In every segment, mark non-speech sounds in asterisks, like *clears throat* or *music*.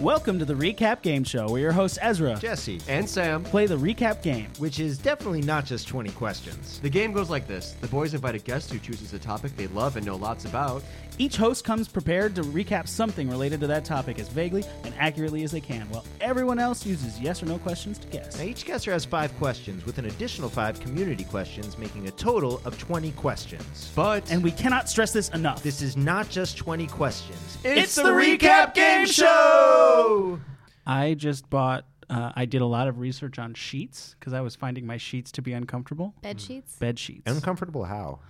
Welcome to the Recap Game Show, where your hosts Ezra Jesse and Sam, play the recap game. which is definitely not just 20 questions. The game goes like this the boys invite a guest who chooses a topic they love and know lots about. Each host comes prepared to recap something related to that topic as vaguely and accurately as they can, while everyone else uses yes or no questions to guess. Now, each guesser has five questions, with an additional five community questions, making a total of 20 questions. But And we cannot stress this enough. This is not just 20 questions. It's the Recap Game Show! I just bought. Uh, I did a lot of research on sheets because I was finding my sheets to be uncomfortable. Bed sheets? Mm. Bed sheets. Uncomfortable how?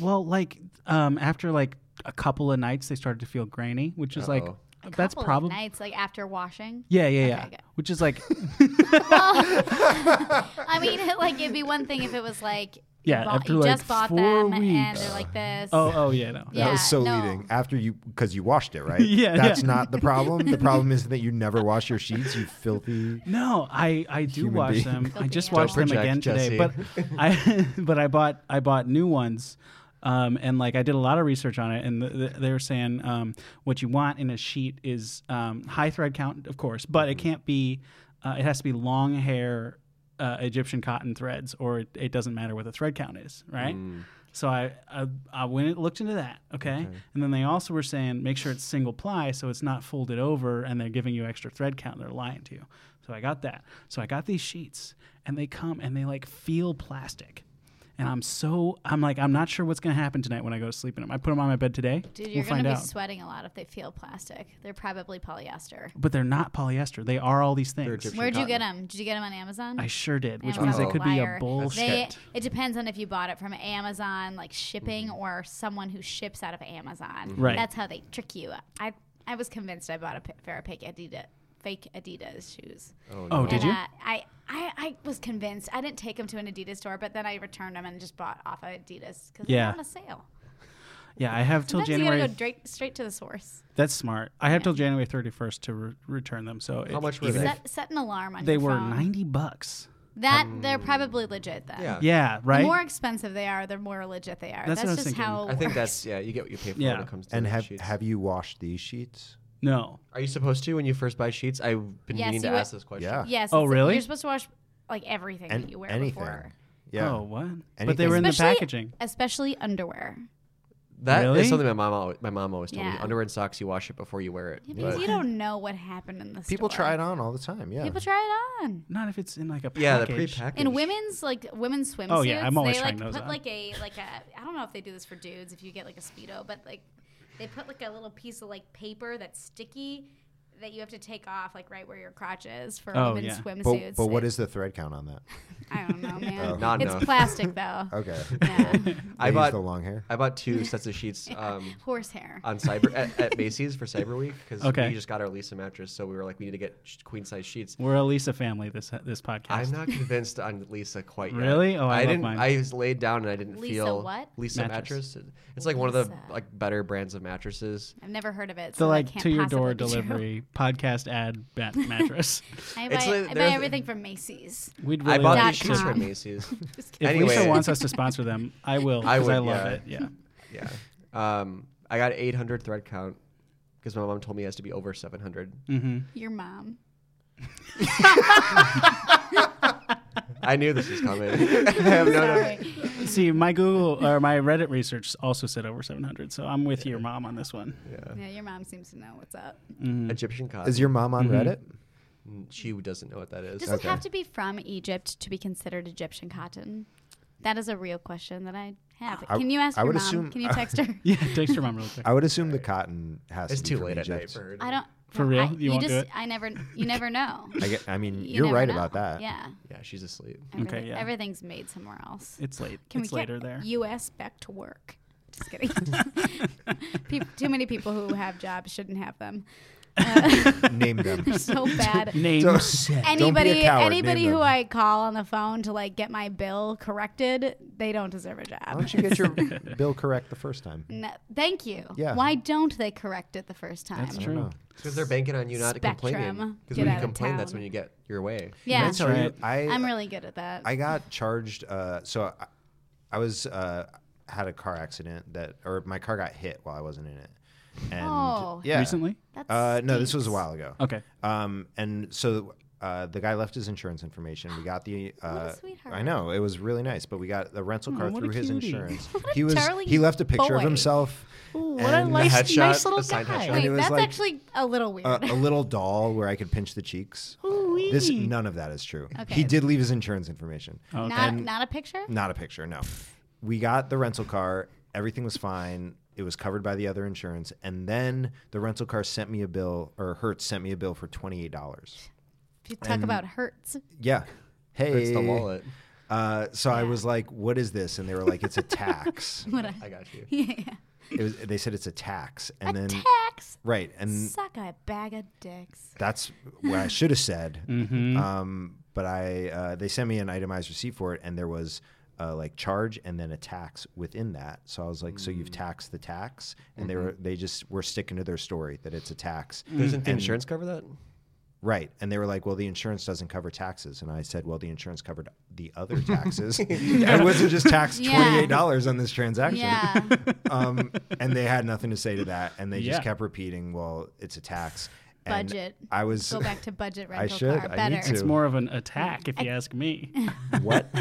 well, like um, after like a couple of nights, they started to feel grainy, which is like that's Couple of probably nights like after washing. yeah, yeah, yeah. Okay, good. Which is like I mean, *laughs* like it'd be one thing if it was like you Yeah, bought- after, you like, just bought four them and weeks. they're like this. oh, oh yeah, no. *laughs* yeah, that was so no. leading after you because you washed it right *laughs* Yeah, that's yeah. not the problem *laughs* the problem is that you never wash your sheets *laughs* you filthy No, I, I do Human wash being. them. I Filthy just animal. washed them Don't again project, today, but I *laughs* but I bought I bought new ones, um, and like I did a lot of research on it, and th- th- they were saying um, what you want in a sheet is um, high thread count, of course, but it can't be. Uh, it has to be long hair uh, Egyptian cotton threads, or it, it doesn't matter what the thread count is, right? Mm. So I, I I went and looked into that, okay? And then they also were saying make sure it's single ply, so it's not folded over, and they're giving you extra thread count. They're lying to you. So I got that. So I got these sheets, and they come and they like feel plastic, and I'm so I'm like I'm not sure what's gonna happen tonight when I go to sleep in them. I put them on my bed today. Dude, we'll you're find gonna be out. sweating a lot if they feel plastic. They're probably polyester. but they're not polyester. They are all these things. Egyptian. Where'd you cotton. get them? Did you get them on Amazon? I sure did, which Amazon's means it a could be a liar. They, bullshit. it depends on if you bought it from Amazon, like shipping, or someone who ships out of Amazon. Mm-hmm. Right. That's how they trick you. I I was convinced I bought a p- pair of fake Adidas, fake Adidas shoes. oh, did and, you? Uh, I, I I was convinced. I didn't take them to an Adidas store, but then I returned them and just bought off of Adidas because Yeah. they're on a sale. yeah, I have till Sometimes January. you gotta go straight, straight to the source. That's smart. I have till January 31st to re- return them. So How it- much were even they? if- Set, set an alarm on They your were phone. 90 bucks. That Mm. they're probably legit then. Yeah. Yeah, The right? more expensive they are, the more legit they are. That's That's, what I was just thinking. how. I think *laughs* that's, yeah, you get what you pay for Yeah. when it comes to and the have sheets. have you washed these sheets no. Are you supposed to when you first buy sheets? I've been Yes, meaning to you ask would- this question. Yeah. Yes. Oh, it's- really? You're supposed to wash like everything and that you wear anything before. yeah Oh, what? But they were in Anything. the Especially- packaging. Especially underwear. That is Really? something my mom always, my mom always told me. Yeah. Underwear and socks, you wash it before you wear it. Yeah, because But- you don't know what happened in the people store. try it on all the time yeah People try it on. Not if it's in like a package. yeah, the pre-packaged. In women's like women's swimsuits, Oh, yeah, I'm always they trying like those put on. like a like a I don't know if they do this for dudes if you get like a speedo, but like they put like a little piece of like paper that's sticky that you have to take off like right where your crotch is for Oh, women's yeah. but, swimsuits. but what It- is the thread count on that I don't know, *laughs* man. Oh, Not it's enough. *laughs* plastic though. okay *laughs* Yeah. I They use bought the long hair I bought two sets *laughs* of sheets um, Horsehair. on cyber at, at Macy's for Cyber Week because Okay. we just got our Lisa mattress, so we were like, we need to get queen size sheets. We're a Lisa family this this podcast. I'm not convinced on Lisa quite yet. Really? Oh, I love didn't. mine. I was laid down and I didn't Lisa feel what? Lisa Mattress. mattress. It's like one of the Lisa. like better brands of mattresses. I've never heard of it. the So like that can't to your possibly door be true. delivery podcast ad *laughs* bat mattress. *laughs* I buy, It's like- I buy there's- everything from Macy's. We'd really I bought like these to- Dot sheets com. *laughs* from Macy's. Just If Anyway. Lisa wants us to sponsor them, I will I because I, would, love yeah. it. Yeah. yeah. Um, I got 800 thread count because my mom told me it has to be over 700. Mm. kidding. your mom. I knew this *laughs* was coming. I have no- Sorry. See, my Google or my Reddit research also said over 700, so I'm with your mom on this one. *laughs* yeah, your mom seems to know what's up. Mm. *laughs* Egyptian cotton. is your mom on Mm-hmm. reddit she doesn't know what that is. Does it have to be from Egypt to be considered Egyptian cotton? That is a real question that I have. I- Can you ask I your would mom? assume- Can you text *laughs* her? *laughs* Yeah, text your mom real quick. i would assume the cotton has It's to be too from late at night Egypt. for her. to- I don't. For no, real? I, You won't do just, it? I never. You never know. I, get, I mean *laughs* *laughs* You you are never right know. about that Yeah. Yeah, she's asleep. Everything, yeah. Everything's made somewhere else. It's late. Can it's we later get there. U.S. back to work? *laughs* Just kidding. *laughs* Peop too many people who have jobs shouldn't have them. *laughs* *laughs* name them *laughs* So bad. Name. Anybody, Don't be a coward. anybody Name who them. I call on the phone to like get my bill corrected, they don't deserve a job. *laughs* why don't you get your bill correct the first time No, thank you. Yeah. Why don't they correct it the first time? That's I don't true. know. Because they're banking on you not complaining. Spectrum. Because Get when out you of complain, that's town. when you get your way. Yeah, That's right. I I'm really good at that. I got charged. Uh, so I, I was. Uh, had a car accident that, or my car got hit while I wasn't in it. And Oh. yeah, Recently? That's Uh, no, this was a while ago. Okay. Um, and so uh, the guy left his insurance information. We got *gasps* the. Uh, sweetheart. I know it was really nice, but we got the rental car Aw, Hmm, what a through his cutie. insurance. *laughs* What a he was. darling He left a picture of boy. himself. what a and nice, headshot, nice little a guy. signed headshot. and it Wait, was that's like- uh, actually a little weird. *laughs* a, a little doll where I could pinch the cheeks. Ooh-wee. This none of that is true. Okay. He did leave his insurance information. Oh, Okay. not, not a picture? Not a picture, no. We got the rental car. Everything was fine. It was covered by the other insurance. And then the rental car sent me a bill, or Hertz sent me a bill for $28. If you talk about hurts. *laughs* Yeah. Hey. It's the wallet. Uh, so I was like, what is this? And they were like, it's a tax. What a, I got *laughs* you. *laughs* yeah. it was, they said it's a tax. And then, Tax. right. And Suck a bag of dicks. that's what I should have said. Um, but I, uh, they sent me an itemized receipt for it, and there was uh, like charge and then a tax within that. So I was like, so you've taxed the tax, and they were they just were sticking to their story that it's a tax, Doesn't the insurance cover that? right? And they were like, well, the insurance doesn't cover taxes, and I said, well, the insurance covered the other taxes. I wasn't just taxed Yeah. twenty eight dollars on this transaction. *laughs* Yeah. Um, and they had nothing to say to that, and they Yeah. just kept repeating, well, it's a tax. And Budget. I was Go back to budget I rental should. car. I Better. need It's to. more of an attack, if you ask *laughs* me. *laughs* *laughs* what?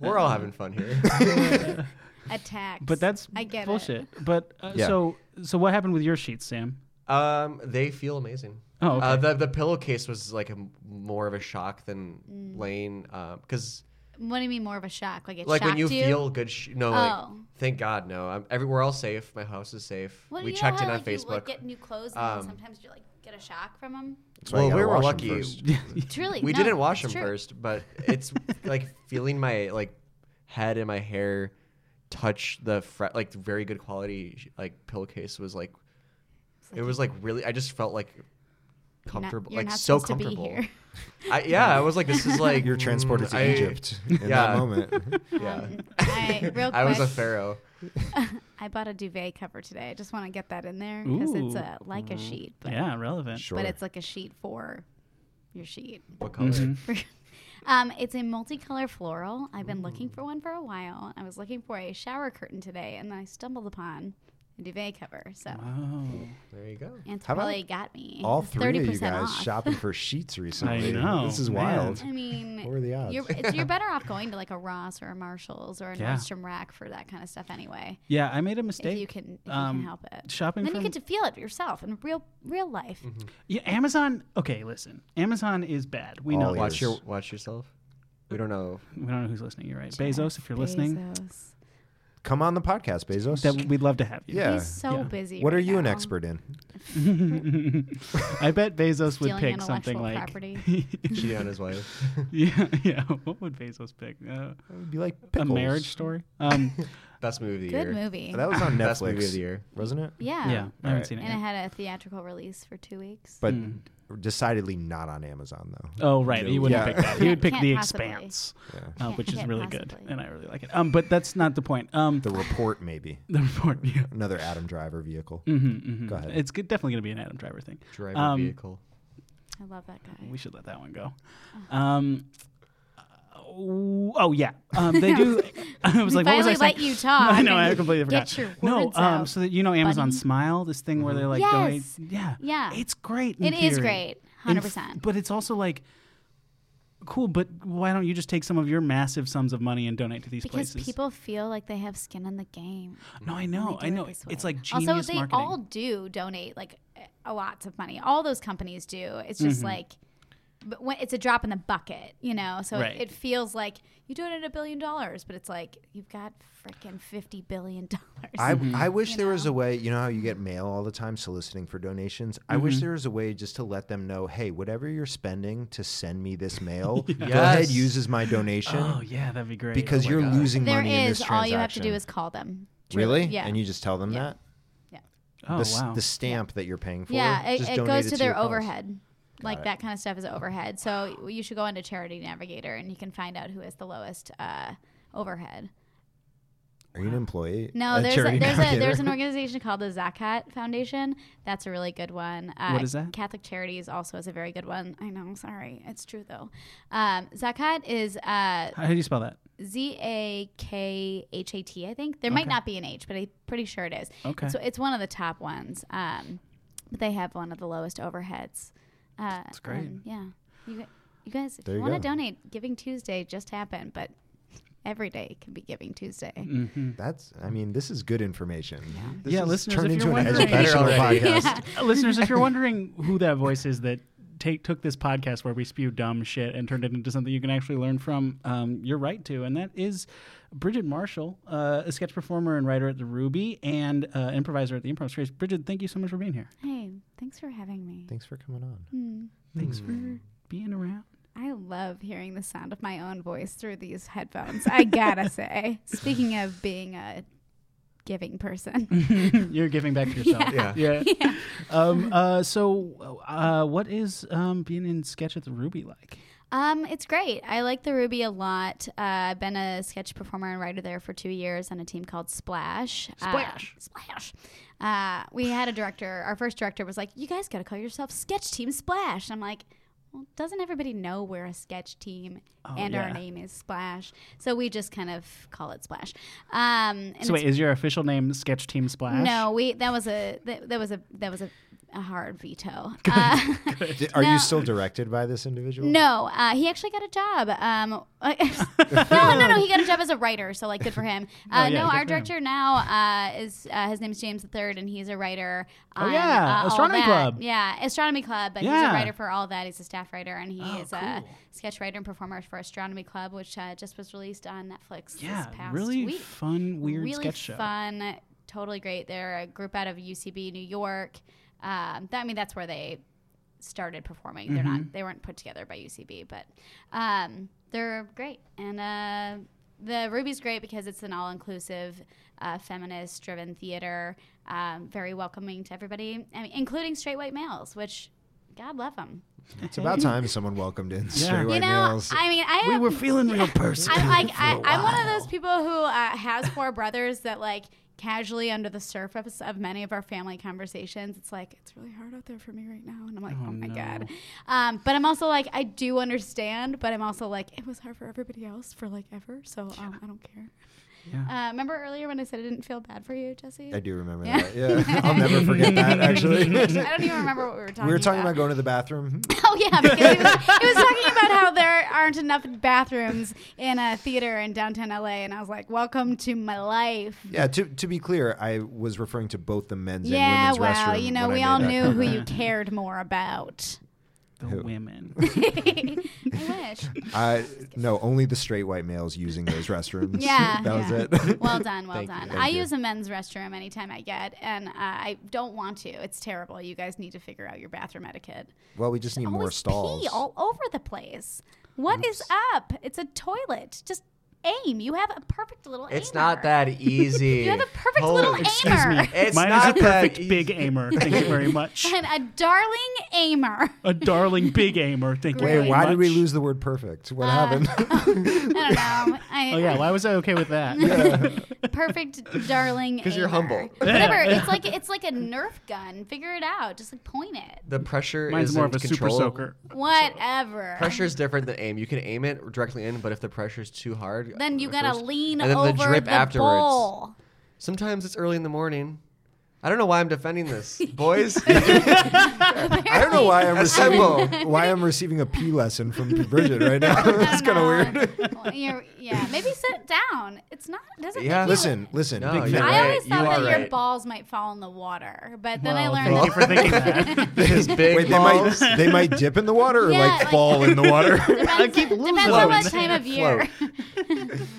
We're all having fun here. *laughs* *laughs* a tax. But that's I get it. bullshit. But uh, Yeah. so so what happened with your sheets, Sam? Um, they feel amazing. Oh, Uh, okay. the the pillowcase was like a m more of a shock than Lane, because What do you mean more of a shock? Like Mm. it like shocked when you, you? feel good, sh- no, like, Oh. thank God, no. I'm, every we're all safe. My house is safe. Well, we you know checked how, in on like, You, like, Facebook. get new clothes and then Um, sometimes you like get a shock from them. why you well, we gotta were wash 'em lucky. *laughs* first. It's really we no, didn't wash them it's true. first, *laughs* but it's like feeling my like head and my hair touch the fre- like very good quality like pillowcase was like it was like really I just felt like You're not- comfortable you're like not so supposed to be comfortable. here. I, yeah, I was like this *laughs* is like You're transported mm, to I- Egypt in yeah. that *laughs* moment. Yeah. All right, *laughs* real quick. I was a pharaoh. I bought a duvet cover today. I just want to get that in there because it's Ooh. a like a sheet, but yeah, relevant. Sure. but it's like a sheet for your sheet. *laughs* What color? Mm-hmm. um, it's a multicolor floral. I've been looking for one for a while. I was looking for a shower curtain today, and then I stumbled upon a duvet cover. So Oh, There you go. it's How about probably got me. All three of you 30% guys off. shopping for sheets recently. I know, This is man. wild. *laughs* *laughs* I mean, What were the odds? You're, *laughs* it's, you're better off going to like a Ross or a Marshalls or a Yeah. Nordstrom Rack for that kind of stuff anyway. yeah. I made a If mistake. you can, if you um, can help it. shopping Then from Mm-hmm. you get to feel it yourself in real, real life. yeah, Amazon. Okay, listen, Amazon is bad. We know. All this. Watch your watch yourself. We don't know. We don't know who's listening. You're right, Bezos. If you're listening, Bezos. Come on the podcast, Bezos. that we'd love to have you. yeah. He's so Yeah. busy. what are right you an now. expert in? I bet Bezos would Stealing pick something intellectual like. property. Cheating on his wife. *laughs* *laughs* yeah, yeah. What would Bezos pick? Uh, It would be like a pickles. marriage story. *laughs* Um, Best movie of the Good year. movie. That was on *laughs* Best movie of the Netflix, year. wasn't it? yeah. yeah, I haven't right. seen it. And yet. it had a theatrical release for two weeks. But Hmm. decidedely not on Amazon though. Oh right, he wouldn't Yeah. pick that. He would *laughs* Can't- pick can't The possibly. Expanse, Yeah. uh, which is can't really good, possibly. and I really like it. Um, but that's not the point. Um, The report maybe. *laughs* the report. Yeah. Mm-hmm, Another Adam Driver vehicle. Go ahead. It's good, definitely going to be an Adam Driver thing. Driver Um, vehicle. I love that guy. We should let that one go. Uh-huh. Um, oh oh, yeah, um, they *laughs* do. *laughs* I was We like, what was *laughs* I finally let saying? you talk. I know, I completely forgot. Get your no, words um, out, so that you know, Amazon buddy. Mm-hmm. Smile, this thing where they're like, Yes. donate- yeah, Yeah. it's great. It It is is great, hundred percent. But it's also like. Cool, but why don't you just take some of your massive sums of money and donate to these Because places? people feel like they have skin in the game. no, I when know, they I do it know. this It's way. like genius Also, they marketing. all do donate like a lots of money. All those companies do. It's just Mm-hmm. like, but when it's a drop in the bucket, you know. So Right. it, it feels like you donated a billion dollars, but it's like you've got freaking fifty billion *laughs* I, dollars. Mm-hmm. I wish there was a way, you know how you get mail all the time soliciting for donations? I Mm-hmm. wish there was a way just to let them know, hey, whatever you're spending to send me *laughs* this mail, go ahead, Yes. use as my *gasps* donation Oh yeah, that'd be great. because Oh my you're God. losing There money in this is. transaction. All you have to do is call them. Really? Yeah. And you just tell them Yeah. that? Oh the, s- wow. the stamp that you're paying for. yeah, it, just it donate goes to, to their your cause. overhead. like it. that kind of stuff is overhead. So you should go into Charity Navigator and you can find out who has the lowest uh, overhead. Are you an employee? No, at there's a, Charity there's a there's *laughs* Navigator? *laughs* an organization called the Zakat Foundation. That's a really good one. Uh, What is that? Catholic Charities also is a very good one. I know. Sorry, it's true though. Um, Zakat is uh, *laughs* How do you spell that? Z A K H A T, I think. There might not be an H, but I'm pretty sure it is. Okay. So it's one of the top ones. Um, but they have one of the lowest overheads. Uh, That's great. yeah. You, gu- you guys, if There you you want to go. donate, Giving Tuesday just happened, but every day can be Giving Tuesday. That's, I mean, this is good information. This Yeah, has listeners, turned if into you're an wondering- *laughs* educational Better already. podcast. *laughs* Uh, listeners, if you're wondering who that voice is that take, took this podcast where we spew dumb shit and turned it into something you can actually learn from, um, you're right to. And that is Bridget Marshall, uh, a sketch performer and writer at the Ruby and uh, improviser at the Improv Series. Bridget, thank you so much for being here. Hey, thanks for having me. Thanks for coming on. Thanks Hmm. for being around. *laughs* I love hearing the sound of my own voice through these headphones. *laughs* I gotta say. Speaking of being a *laughs* giving Mm-hmm. person, you're giving back to yourself. Yeah. *laughs* Yeah. Um, uh, so, uh, what is um, being in sketch at the Ruby like? um, it's great. I like the Ruby a lot. Uh, I've been a sketch performer and writer there for two years on a team called Splash. Uh, Splash. Splash. Uh, we had a director. Our first director was like, "You guys gotta call yourself Sketch Team Splash." And I'm like. Well, doesn't everybody know we're a sketch team and Oh, yeah. our name is Splash? So we just kind of call it Splash. Um, and So, wait, is your official name Sketch Team Splash? No, we that was a that, that was a that was a, a hard *laughs* veto. Uh, Di- Are No. you still directed by this individual? *laughs* no, *laughs* uh, he actually got a job. Um, *laughs* no, no, no, he got a job as a writer, so like good *laughs* for him. Uh, Oh, yeah, no, good our for him. director now uh, is uh, his name's James III, and he's a writer. on, Oh, yeah, uh, All Astronomy That. Club. Yeah, astronomy club, but he's Yeah. a writer for all that. He's a staff writer, and he Oh, is uh, a cool. sketch writer and performer for Astronomy Club, which uh, just was released on Netflix. Yeah, this past really week fun, weird really sketch show. fun, totally great. They're a group out of UCB, New York. Um, that, I mean, that's where they started performing. They're Mm-hmm. not they weren't put together by UCB, but um, they're great. And uh, the Ruby's great because it's an all inclusive, uh, feminist driven theater, um, very welcoming to everybody, I mean, including straight white males, which God love them. It's *laughs* about time someone welcomed in straight You white You know, males. I mean, *laughs* I We have- were feeling real *laughs* person. I'm like I, I'm one of those people who uh, has four brothers that like casually under the surface of many of our family conversations it's like it's really hard out there for me right now and i'm like oh, my no. god um, but i'm also like i do understand but i'm also like it was hard for everybody else for like ever so um, i don't care Yeah. uh, remember earlier when i said i didn't feel bad for you jesse *laughs* I do remember Yeah. that. Yeah, *laughs* I'll *laughs* never forget that. Actually, I don't even remember what we were talking about. we were talking about going to the bathroom. *laughs* Oh yeah, because it was, it was talking about how there aren't enough bathrooms in a theater in downtown LA, and I was like, "Welcome to my life." Yeah. To, to be clear, I was referring to both the men's yeah, and women's restroom. well, you know, when I we made all that knew comment. who *laughs* you cared more about. *laughs* the Who? women. I *laughs* wish. I, no, only the straight white males using *laughs* those restrooms. Yeah, that was yeah. it. Well done, well Thank you. done. Thank I you. use a men's restroom anytime I get, and uh, I don't want to. It's terrible. You guys need to figure out your bathroom etiquette. *laughs* Well, we just need more Always stalls. pee all over the place. What is up? It's a toilet. Just aim. You have a perfect little. It's aimer. not *laughs* that easy. You have a perfect Holy little Excuse aimer. me. It's Mine not is a that e- perfect easy. big aimer. Thank you very *laughs* much. And a darling aimer. *laughs* A darling big aimer. Thank you Wait, very much. why did we lose the word perfect? Uh, What *laughs* happened? *laughs* I don't know. I, Oh yeah, why was I okay with *laughs* that? perfect darling. 'Cause you're aimer. *laughs* humble. Whatever. It's like it's like a Nerf gun. Figure it out. Just like point it. The pressure Mine's is more in of a super control. soaker. Whatever. Pressure is different than aim. You can aim it directly in, but if the pressure is too hard, uh, Then you at gotta first- lean and then over the drip afterwards. bowl. Sometimes it's early in the morning. I don't know why I'm defending *laughs* this, boys. I don't know why I'm Assemble. receiving why I'm receiving a pee lesson from Bridget right *laughs* now. *laughs* That's kind of weird. weird. You're, yeah, maybe sit down. It's not. It doesn't. Yeah. make you- Listen, listen. No, big you're man. I always right. You thought are that your right. balls might fall in the water, but then I Well, learned. *laughs* thank you that for thinking *laughs* that. His big Wait, they balls. might they might dip in the water or Yeah, like, like- fall in the *laughs* water. I keep Depends, losing depends on what them. time of year. *laughs*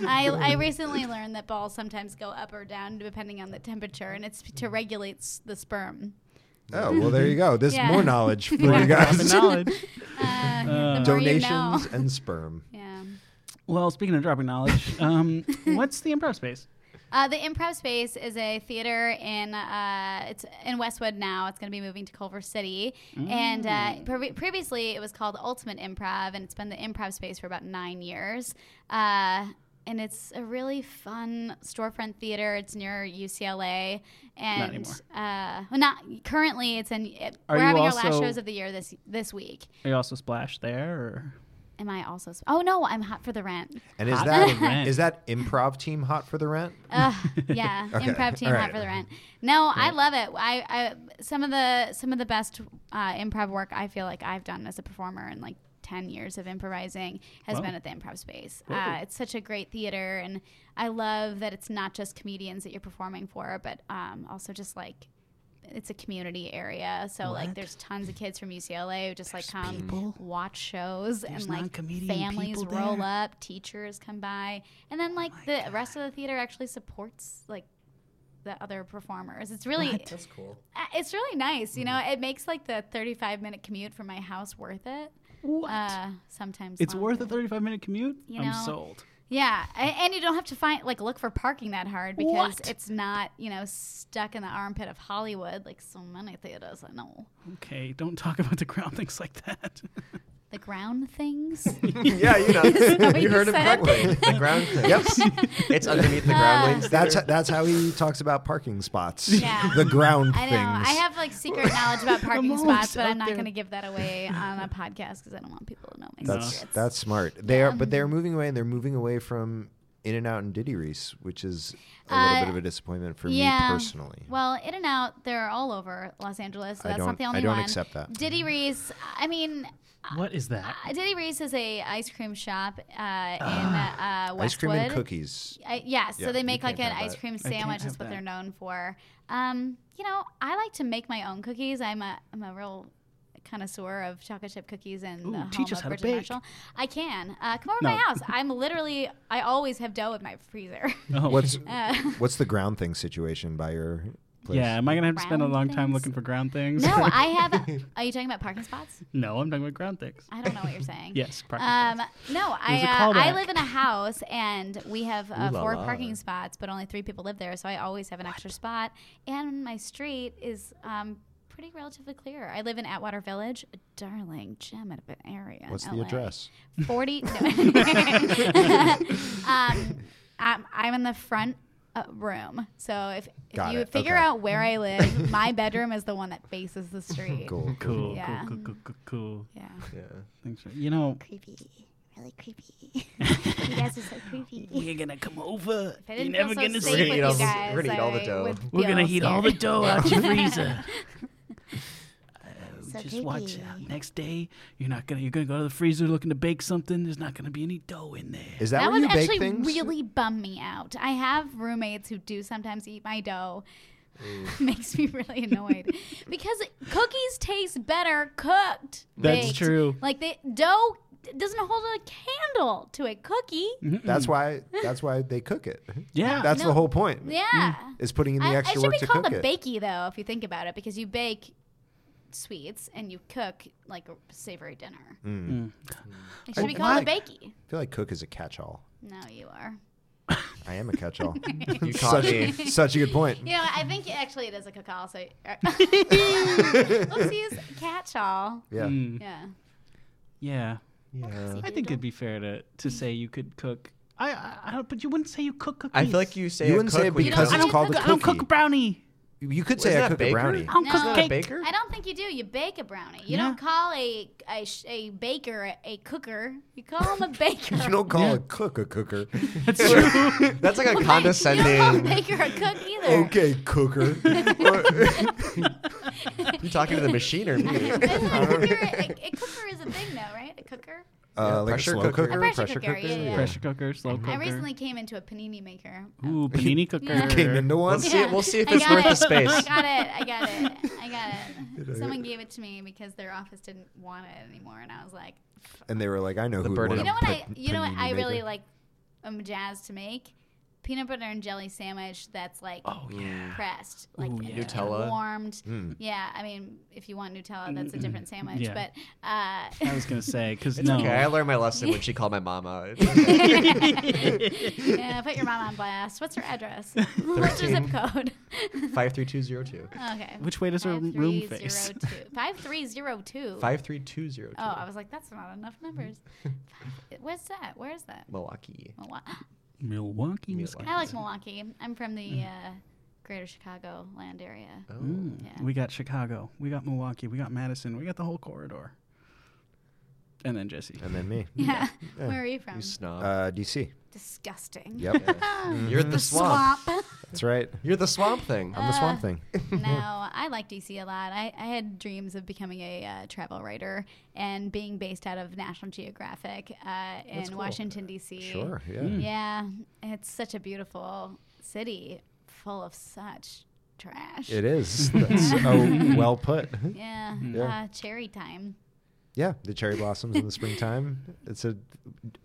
I, I recently learned that balls sometimes go up or down depending on the temperature, and it's to regulate s- the sperm. *laughs* oh well, there you go. There's Yeah. more knowledge for Drop you the *laughs* guys. knowledge. Uh, the more You know. Donations and sperm. Yeah. Well, speaking of dropping knowledge, *laughs* um, what's the improv space? Uh, the Improv Space is a theater in uh, it's in Westwood now. It's going to be moving to Culver City, and Mm. uh, pre- previously it was called Ultimate Improv, and it's been the Improv Space for about nine years. Uh, and it's a really fun storefront theater. It's near UCLA, and anymore. uh, well, not currently. It's in. It, Are we're you having our last also- shows of the year this this week. Are you also splash there? Or? Am I also? Sp- oh no, I'm hot for the rent. And is Hot that for the rent. is that improv team hot for the rent? *laughs* Ugh, yeah, improv team all hot right. for the rent. No, I love it. I, I some of the some of the best uh, improv work I feel like I've done as a performer in like ten years of improvising has Wow. been at the improv space. Whoa. Uh, it's such a great theater, and I love that it's not just comedians that you're performing for, but um, also just like it's a community area. So like What? there's tons of kids from UCLA who just like come people? watch shows There's and like non-comedian families people roll there? Oh up, teachers come by, and then like the rest of the theater actually supports like the other performers. It's really That's cool. uh, it's really nice, you Hmm. know. It makes like the 35 minute commute from my house worth it. What? Uh, sometimes it's worth a longer. 35 minute commute. You I'm know, sold. Yeah, a- and you don't have to find like look for parking that hard because What? it's not you know stuck in the armpit of Hollywood like so many theaters I know. Okay, don't talk about the ground *laughs* things like *laughs* that. The *laughs* ground things. *laughs* yeah, you know, that what *laughs* you you heard said? him correctly. *laughs* The ground thing. Yep. It's underneath the ground Uh, lanes. That's that's how he talks about parking spots. Yeah. *laughs* the ground I know. things. I have like secret knowledge *laughs* about parking almost spots, but out I'm not there. going to give that away on a podcast because I don't want people to know my that's secrets. that's smart. They are, but they're moving away, and they're moving away from In and Out and Diddy Reese, which is a Uh, little bit of a disappointment for me personally. Well, In and Out, they're all over Los Angeles, so I that's not don't- the I only don't one. accept that. Diddy Reese, I mean, what is that? uh, Diddy Reese is a ice cream shop uh, in uh, Westwood. Ah, Ice cream and cookies. I, yeah, so Yeah, they you make like can't an have ice that. cream can't sandwich have is what that. they're known for. Um, you know, I like to make my own cookies. I'm a I'm a real connoisseur of chocolate chip cookies and Ooh, the teach home us of how to Virgin bake. Marshall. I can. Uh, come over No. to my house. I'm literally I always have dough in my freezer. Oh. What's Uh, *laughs* what's the ground thing situation by your place? yeah, am I gonna have to spend a Ground long time things? looking for ground things? *laughs* no, I *laughs* have. Are you talking about parking spots? *laughs* no, I'm talking about ground things. I don't know what you're *laughs* saying. Yes, parking Um, spots. no, was a I uh, I callback. live in a house and we have uh, Ooh la four la. parking spots, but only three people live there, so I always have an extra spot. And my street is um, pretty relatively clear. I live in Atwater Village, a darling gem of an area. in What's the LA. *laughs* address? Forty. No. um, I'm, I'm in the front. Uh, room. So if, if Got you it, figure okay. out where I live, my bedroom is the one that faces the street. Cool. Cool, Yeah. cool, cool, cool, cool, Yeah. *laughs* Yeah. Thanks for you *laughs* know. creepy, really *laughs* creepy. you guys are so creepy. We're gonna come over. If I You're didn't never feel so gonna safe We're see gonna eat with it. you all the- guys, we're gonna eat all the I dough. would We're feel gonna eat all the scared. dough out your *laughs* freezer. Uh, So Just watch out. creepy. Next day, you're not gonna you're gonna go to the freezer looking to bake something. There's not gonna be any dough in there. Is that, That where was you bake actually things? really bummed me out. I have roommates who do sometimes eat my dough. *laughs* Makes me really annoyed because cookies taste better cooked. That's baked. true. Like the dough doesn't hold a candle to a cookie. That's *laughs* why. That's why they cook it. Yeah. That's No. the whole point. Yeah. Is putting in the I, I extra should work be to called cook a it. bakey though, if you think about it, because you bake sweets and you cook like a savory dinner. Mm. I should be called a bakey. Mm. I feel like cook is a catch-all. No, you are. I *laughs* am a catch-all. You caught such, *laughs* me. such a good point. You know, I think actually it is a cacao. So, *laughs* oopsies, catch all. Yeah. Yeah. Hmm. Yeah. Uh, Yeah. I think it'd be fair to, to say you could cook. I, I, I don't, but you wouldn't say you cook cookies. I feel like you say You a wouldn't cook say it when you because don't- I it's don't, called cook, a I don't cookie. cook brownie. You could Isn't say I that cook a baker? brownie. *laughs* I don't No. cook Isn't Isn't that cake. a baker? I don't think you do. You bake a brownie. You Yeah. don't call a, a sh- a baker a cooker. You *laughs* call him a baker. You don't call a cook a cooker. *laughs* That's true. *laughs* That's *laughs* like a You don't call a *laughs* condescending. *laughs* baker a cook *laughs* either. okay, cooker. *laughs* You talking to the machine or me? Isn't a, cooker, a, a cooker is a thing though, right? A cooker. uh, like pressure a slow cooker. cooker. A pressure cooker, yeah, yeah. Pressure cooker, slow cooker. I recently came into a panini maker. *laughs* Ooh, panini cooker. Came into one. Let's see- we'll see if I it's got worth the it. space. I got it. I got it. I got it. Someone gave it to me because their office didn't want it anymore, and I was like, And they were like, I know who would burden. want you know a what I, pa- you know what panini I really maker. like, I'm jazzed to make peanut butter and jelly sandwich that's like Oh yeah. pressed, like Ooh, and yeah. Nutella. warmed. Hmm. Yeah, I mean, if you want Nutella, that's a different sandwich, Yeah. but. Uh, I was gonna say because It's no. okay. I learned my lesson *laughs* when she called my mom out. *laughs* yeah, put your mom on blast. What's her address? What's her zip code? Five three two zero two. *laughs* okay. Which way does her room face? 5302. 5302. Five three two zero Oh, I two. was like, that's not enough numbers. Five- Where's that? Where's that? Milwaukee. Milwa- *gasps* Milwaukee. Wisconsin. I like Milwaukee. I'm from the uh, greater Chicago land area. Oh. Mm. Yeah. We got Chicago. We got Milwaukee. We got Madison. We got the whole corridor. and then Jesse. and *laughs* then me. Yeah. *laughs* Where are you from? You snob. Uh, DC. Disgusting. *laughs* Yep, Mm. You're the, The swamp. swamp. Uh, that's right. You're the swamp thing. I'm the Swamp Thing. *laughs* no, I like DC a lot. I, I had dreams of becoming a uh, travel writer and being based out of National Geographic uh, in Washington, D.C. Sure. Hmm. Yeah. Mm. Yeah, it's such a beautiful city full of such trash. It *laughs* is. That's so well put. Yeah, Yeah. Uh, cherry time. Yeah, the cherry blossoms in the springtime. It's a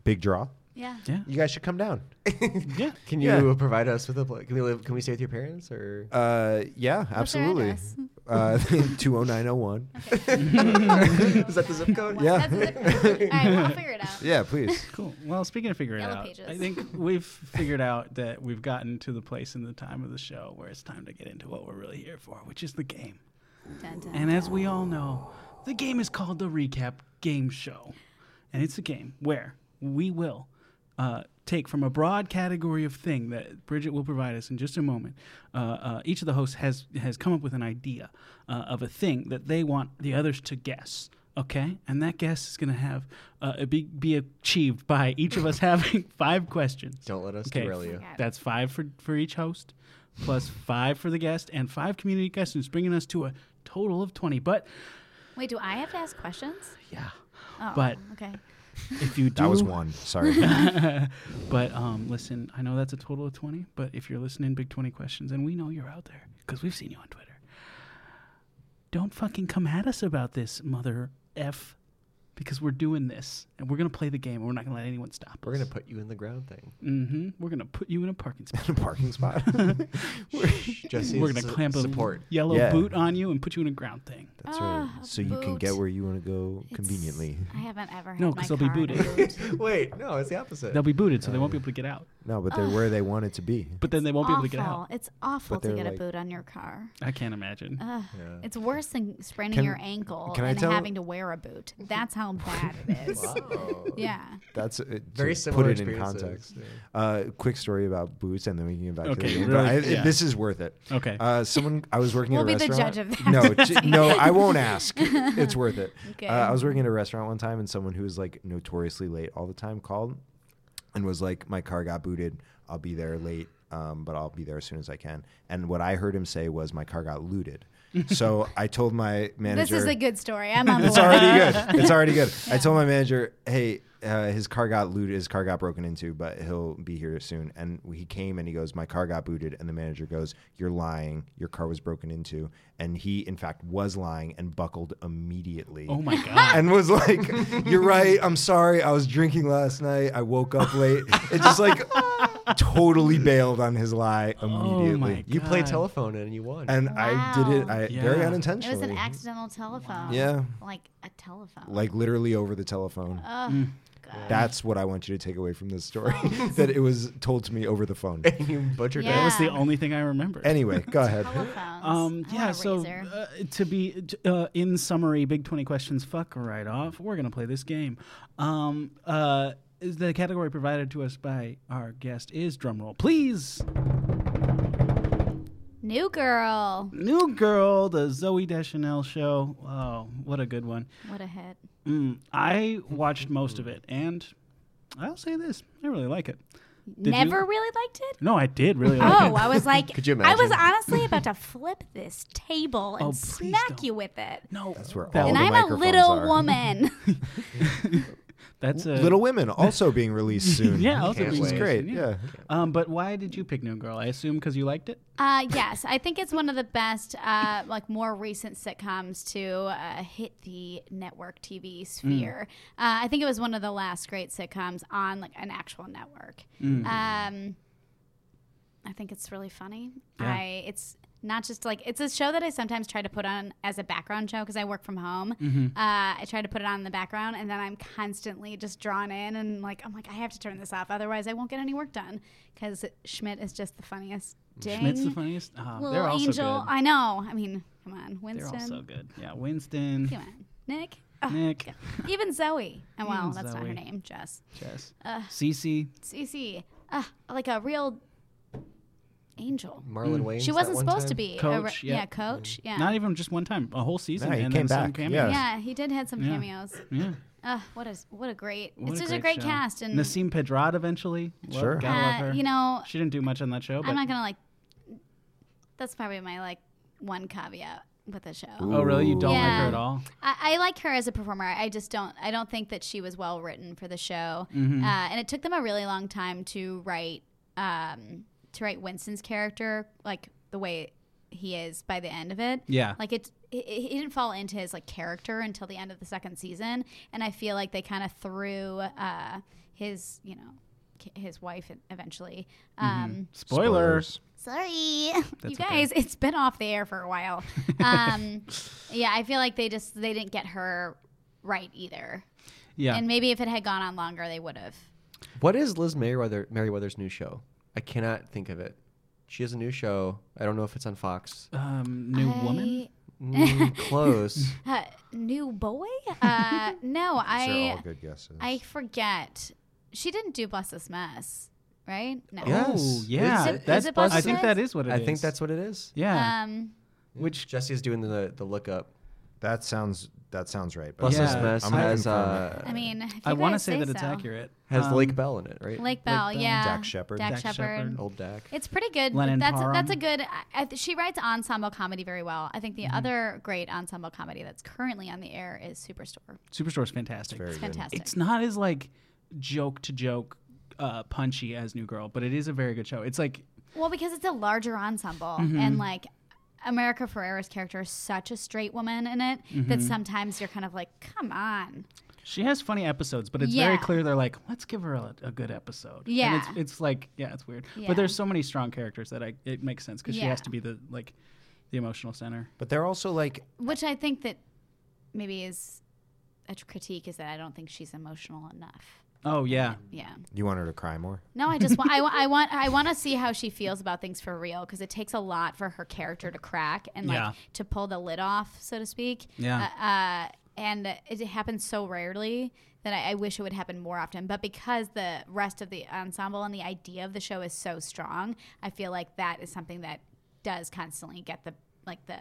big draw. Yeah. You guys should come *laughs* down. *laughs* Yeah. Can you Yeah. provide us with a pla- can we live can we stay with your parents or Uh, yeah, absolutely. address? Uh, *laughs* 20901. *laughs* is that the zip code? Well, Yeah. that's a zip code. All right, well, I'll figure it out. Yeah, *laughs* please. Cool. Well, speaking of figuring it Yellow out, pages. I think *laughs* we've figured out that we've gotten to the place in the time of the show where it's time to get into what we're really here for, which is the game. Dun, dun. And as we all know, the game is called the Recap Game Show. And it's a game where we will uh, take from a broad category of thing that Bridget will provide us in just a moment. Uh, uh, each of the hosts has, has come up with an idea uh, of a thing that they want the others to guess. Okay, and that guess is going to have uh, it be, be achieved by each of us *laughs* having five questions. Don't let us Okay. derail you. That's five for, for each host, plus five for the guest, and five community questions, bringing us to a total of 20. But, Wait, do I have to ask questions? yeah. Oh, But okay. if you do. That was one. *laughs* Sorry. *laughs* *laughs* But um, listen, I know that's a total of 20, but if you're listening, Big 20 Questions, and we know you're out there because we've seen you on Twitter, don't fucking come at us about this, mother F, because we're doing this and we're going to play the game and we're not going to let anyone stop We're gonna put you in the ground *laughs* thing. hmm We're going to put you in a parking spot. a parking spot. *laughs* Jesse, We're going to su- clamp a *laughs* support. yellow Yeah. boot on you and put you in a ground thing. That's Ah, right. So you can get boot. where you want to go It's- conveniently. I haven't ever had No, my 'cause they'll be car in a booted. boot. Wait, no, it's the opposite. They'll be booted, so they won't be able to get out. No, but they're where they want it to be. But then they won't be able to get Awful. Uh, out. It's awful But to they're get a like- boot on your car. I can't imagine. Ugh. Yeah. It's worse than spraining Can- your ankle can I and tell- having to wear a boot. That's how bad *laughs* it is. Wow. Yeah. That's uh, *laughs* to Very similar Put it in experiences, context. yeah. Uh, quick story about boots, and then we can get back Okay, to the game. really- But I, yeah. This is worth it. Okay. Uh, someone I was working We'll at a be the restaurant. judge of No, that. j- *laughs* no, I won't ask. It's worth it. Okay. Uh, I was working at a restaurant one time, and someone who was like notoriously late all the time called and was like, "My car got booted. I'll be there late, um, but I'll be there as soon as I can." And what I heard him say was, "My car got *laughs* looted." so I told my This manager. is a good story. I'm on It's board. already good. It's already good. I told my manager, hey, uh, his car got looted. His car got broken into, but he'll be here soon. And he came and he goes, my car got booted. And the manager goes, you're lying. Your car was broken into. And he, in fact, was lying and buckled immediately. oh *laughs* my god. and was like, "You're right. I'm sorry. I was drinking last night. I woke up late." It just like totally bailed on his lie immediately. Oh my You play God. telephone and you won. And I did it Wow. I, Yeah. It was an very *laughs* It was unintentionally. an accidental telephone. Yeah. Like a telephone. like literally over the telephone. Ugh. Mm. God. That's what I want you to take away from this story *laughs* that it was told to me over the phone. and *laughs* you butchered Yeah. That it. was the only thing I remember. Anyway, go ahead. Telephones. um, I yeah, want a so razor. uh, to be t- uh, in summary, Big 20 questions, fuck right off. We're going to play this game. Um, uh, is the category provided to us by our guest is drumroll, please. New girl. New Girl, the Zoe Deschanel show. Oh, what a good one. What a hit. Mm, I watched most of it, and I'll say this I really like it. Did you- Never really liked *laughs* it? No, I did really like it. Oh, I was like, Could you I was imagine? *laughs* honestly about to flip this table and Oh, please smack don't. you with it. No, That's where that all and the was- I'm a microphones little are. *laughs* woman. that's a Little Women also being released soon. yeah, also Can't being which is wait. great. Yeah. Um, but why did you pick New Girl? I assume because you liked it. Uh, yes, I think it's one of the best, uh, like more recent sitcoms to uh, hit the network Hmm. TV sphere. Uh, I think it was one of the last great sitcoms on like an actual network. Hmm. Um, I think it's really funny. Yeah. I it's not just like it's a show that I sometimes try to put on as a background show because I work from home. Mm-hmm. Uh, I try to put it on in the background, and then I'm constantly just drawn in and like I'm like I have to turn this off, otherwise I won't get any work done because Schmidt is just the funniest. Dang Schmidt's the funniest. Ah, they're little also angel. good. I know. I mean, come on, They're Winston. all so good. Yeah, Winston, Come on, Nick. *laughs* Oh, *laughs* Nick, Even Zoe. And well, Even that's not her Zoe. name. Jess. Jess, Cece. Ah, Cece. Uh, like a real Angel. Marlon Mm. Wayne. She wasn't supposed to be. a Coach, re- yeah. Mm. yeah. coach. Yeah. Not even just one time, a whole season. No, he and came then Some back, cameo. yeah. yeah, he did had some Yeah. cameos. yeah. Ugh, what a what a great. What it's just a great show. cast and Nassim Pedrad eventually. Love- Sure. gotta love uh, her. you know she didn't do much on that show. But I'm not gonna like. That's probably my like one caveat with the show. oh really? You don't like Yeah. her at all? I, I like her as a performer. I just don't. I don't think that she was well written for the show, uh, and it took them a really long time to write um, to write Winston's character like the way he is by the end of it. Yeah. like it. He he didn't fall into his like character until the end of the second season, and I feel like they kind of threw uh, his you know ki- his wife e-, eventually. Um, Spoilers. Sorry, you okay. guys. It's been off the air for *laughs* a while. Um, yeah, I feel like they just they didn't get her right either. Yeah. And maybe if it had gone on longer, they would have. What is Liz Merriweather Merriweather's new show? I cannot think of it. She has a new show. I don't know if it's on Fox. um, new woman. *laughs* Mm, close. Uh, *laughs* new boy? Uh, no, These are all I good guesses. I forget. She didn't do Bless This Mess, right? No. Yeah. Oh Yes. yeah. Is it- is That's. it Buster I think that Rhymes? is what it is. I think that's what it is. Yeah. Um, Which Jesse is doing the the lookup. that sounds that sounds right. but Plus, Oh, Yeah. this mess I'm gonna has confirm uh, I mean, if you I want to guys say that it's so. accurate. has Um, Lake Bell in it, right? Lake Bell, Bell. yeah. Dak Shepard. Dak, Dak Shepard. Shepard. Old Dak. It's pretty good. Lennon that's a, that's a Parham. Mm-hmm. good. I, I, th- she writes ensemble comedy very well. I think the other great ensemble comedy that's currently on the air is Superstore. Superstore's fantastic. very It's good. fantastic. It's not as like joke to joke uh, punchy as New Girl, but it is a very good show. It's like well, because it's a larger ensemble, Mm-hmm. and like America Ferrera's character is such a straight woman in it Mm-hmm. that sometimes you're kind of like, come on. she has funny episodes, but it's Yeah. very clear they're like, let's give her a, a good episode. And Yeah. it's, it's like yeah, it's weird, Yeah. but there's so many strong characters that I it makes sense because she Yeah. has to be the like the emotional center. But they're also like Which I think that maybe is a tr- critique is that I don't think she's emotional enough. Oh yeah, Yeah. you want her to cry more. No, I just want *laughs* I, wa- I want I want to see how she feels about things for real because it takes a lot for her character to crack and like Yeah. to pull the lid off, so to speak. Yeah. Uh, uh, and it happens so rarely that I, I wish it would happen more often. But because the rest of the ensemble and the idea of the show is so strong, I feel like that is something that does constantly get the like the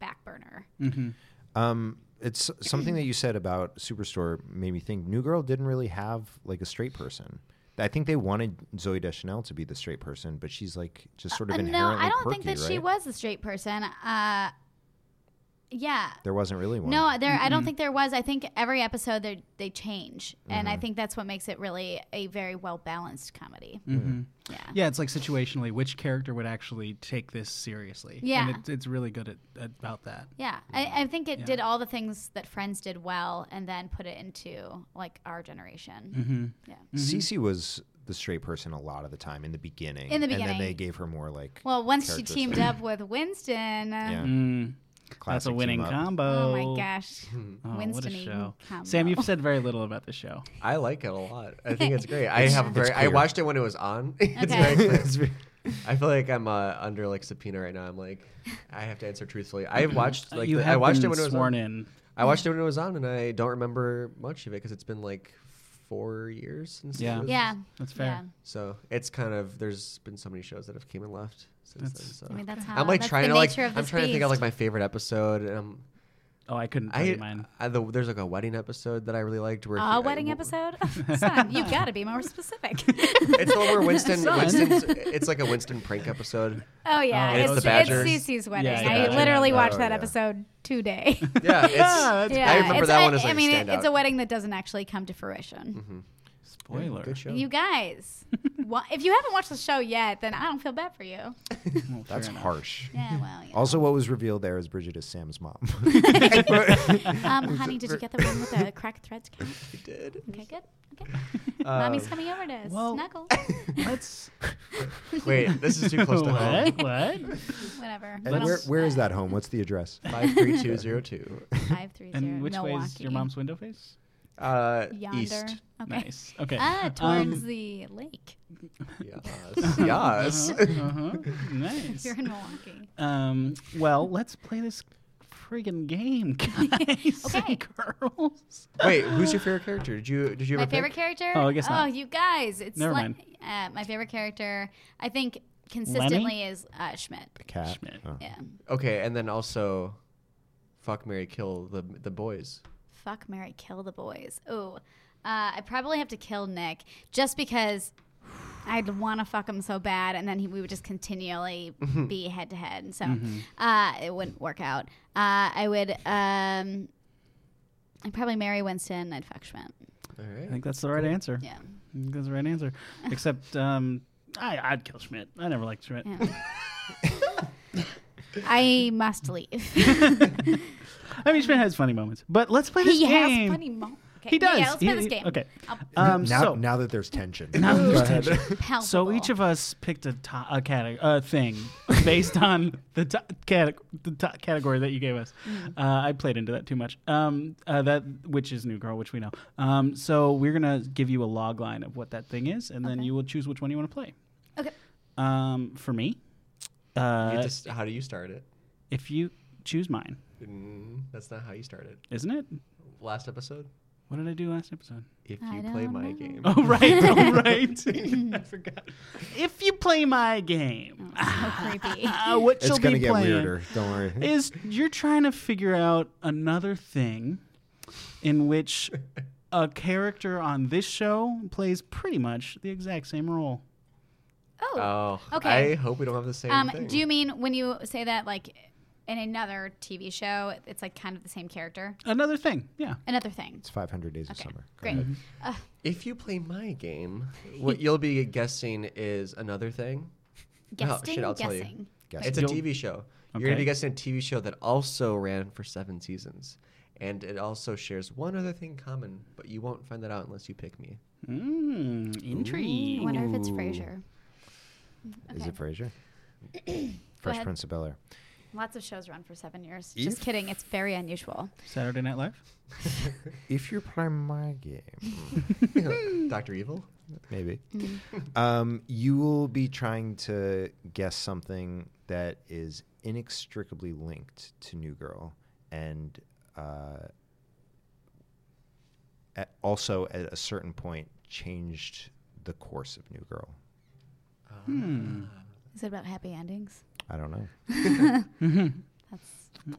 back burner. Mm-hmm. Um, *clears throat* it's something that you said about Superstore made me think. New Girl didn't really have like a straight person. I think they wanted Zoe Deschanel to be the straight person, but she's like just sort of Uh, no, inherently I don't quirky, think that right? she was a straight person. Uh, yeah. There wasn't really one. No, there. I don't think there was. I think every episode they they change, and Mm-hmm. I think that's what makes it really a very well balanced comedy. Mm-hmm. hmm Yeah. yeah. It's like situationally, which character would actually take this seriously? Yeah. and it, it's really good at, at about that. Yeah, I, I think it Yeah. did all the things that Friends did well, and then put it into like our Mm. generation. Mm-hmm. Yeah. Cece was the straight person a lot of the time in the beginning. In the and then beginning. they gave her more like Well, once she Characters. teamed up with Winston, yeah, Mm, that's a classic team winning up. combo. oh my gosh, *laughs* Oh, what a Winston eating show. combo. Sam, you've said very little about the show. I like it a lot. I think it's great. I have very. I clear. watched it when it was on. *laughs* it's Okay. *laughs* very clear. It's very- I feel like I'm uh, under like subpoena right now. I'm like, I have to answer truthfully. I watched like you the- have I watched been it when it was sworn on. in. I watched it when it was on, and I don't remember much of it because it's been like four years. Since it Yeah. was- Yeah, That's fair. Yeah. So it's kind of there's been so many shows that have came and left That's- since then. So. I mean that's how. I'm like that's trying the to like nature I'm of trying this to think of beast. like my favorite episode and I'm Oh, I couldn't tell you I, mine. I the, there's like a wedding episode that I really liked where a he- wedding I- episode. Son, you've got to be more specific. *laughs* It's the one where *laughs* *laughs* Winston Son. Winston's it's like a Winston *laughs* prank episode. Oh yeah, Oh, And it's it's, the Badgers. it's Cece's wedding. Yeah, I yeah, literally yeah. watched Oh, that yeah. episode today. Yeah, it's, Yeah, I yeah, remember it's, that I, one as like I mean, it- it's a standout. Mm, wedding that doesn't actually come to fruition. Spoiler. good show. You guys, wha- if you haven't watched the show yet, then I don't feel bad for you. Well, fair That's enough. harsh. Yeah, well, yeah. Also, what was revealed there is Bridget is Sam's *laughs* mom. Mm-hmm. *laughs* *laughs* Um, honey, did you get the one with the crack threads? Count? You did. Um, Okay, good. Okay. Uh, Mommy's coming over to well- snuggle. *laughs* Let's Wait, this is too close to home. *laughs* what? What? Whatever. and where, where is that home? What's the address? Five three two zero two. Five three zero. And which way Milwaukee. is your mom's window face? Uh, Yonder. *laughs* east. Okay. Nice. Okay. Ah, towards Um, the lake. *laughs* Yes. *laughs* yes. uh-huh, uh-huh. *laughs* Nice. You're in Milwaukee. Um, well, let's play this friggin' game, *laughs* guys Okay. and *laughs* girls. Wait, who's your favorite character? Did you did you My ever favorite pick? character? Oh, I guess not. you guys, it's Never like uh, my favorite character. I think consistently is uh, Schmidt. The cat. Schmidt. Oh. Yeah. Okay, and then also, fuck Mary Kill the the boys. Fuck Mary, kill the boys. Ooh, uh, I probably have to kill Nick just because I'd want to fuck him so bad, and then he, we would just continually be head to head, and so uh, it wouldn't work out. Uh, I would. Um, I'd probably marry Winston. I'd fuck Schmidt. All I right. think that's the right answer. Yeah. I think that's the right *laughs* answer. Except um, I, I'd kill Schmidt. I never liked Schmidt. yeah. I must leave. I mean, Schmidt has funny moments, but let's play this he has game. funny moments. Okay. He does. Yeah, let's He- play this he- game. okay. I'll Um, now, so, now that there's tension. now Go there's ahead. tension. So palpable. each of us picked a, to- a, cate- a *laughs* thing based on the, to- cate- the to- category that you gave us. Mm. Uh, I played into that too much. Um, uh, that which is New Girl, which we know. Um, so we're gonna give you a log line of what that thing is, and then Okay. you will choose which one you want to play. Okay. Um, for me, You uh, just, how do you start it? if you choose mine, Mm, that's not how you start it. isn't it? Last episode, What did I do last episode? *laughs* if I you play don't my know. game. Oh right, oh right. *laughs* *laughs* I forgot. If you play my game, Oh, *laughs* so creepy. uh, what It's you'll gonna be get playing weirder. Don't worry. is you're trying to figure out another thing in which a character on this show plays pretty much the exact same role. Oh. Oh, Okay. I hope we don't have the same Um, thing. do you mean when you say that, like in another TV show, it's like kind of the same character? Another thing, yeah. Another thing. it's 500 days of Okay, summer. Go great. Mm-hmm. ahead. Oh, if you play my game, what you'll be guessing is another thing. Oh, Guessing, shit, I'll tell you. guessing. Guess. It's a You'll- TV show. You're gonna Okay. be guessing a TV show that also ran for seven seasons, and it also shares one other thing common, but you won't find that out unless you *laughs* pick me. *laughs* Mm, I intrigue. wonder if it's Ooh. Frasier. Is Okay. it *clears throat* Frasier? Fresh ahead. Prince of Bel Air. Lots of shows run for seven years. Just kidding. It's very unusual. Saturday Night Live. If you play my game, *laughs* Doctor Evil. maybe Mm-hmm. um, you will be trying to guess something that is inextricably linked to New Girl, and uh, at, also at a certain point changed the course of New Girl. Is it about happy endings? I don't know.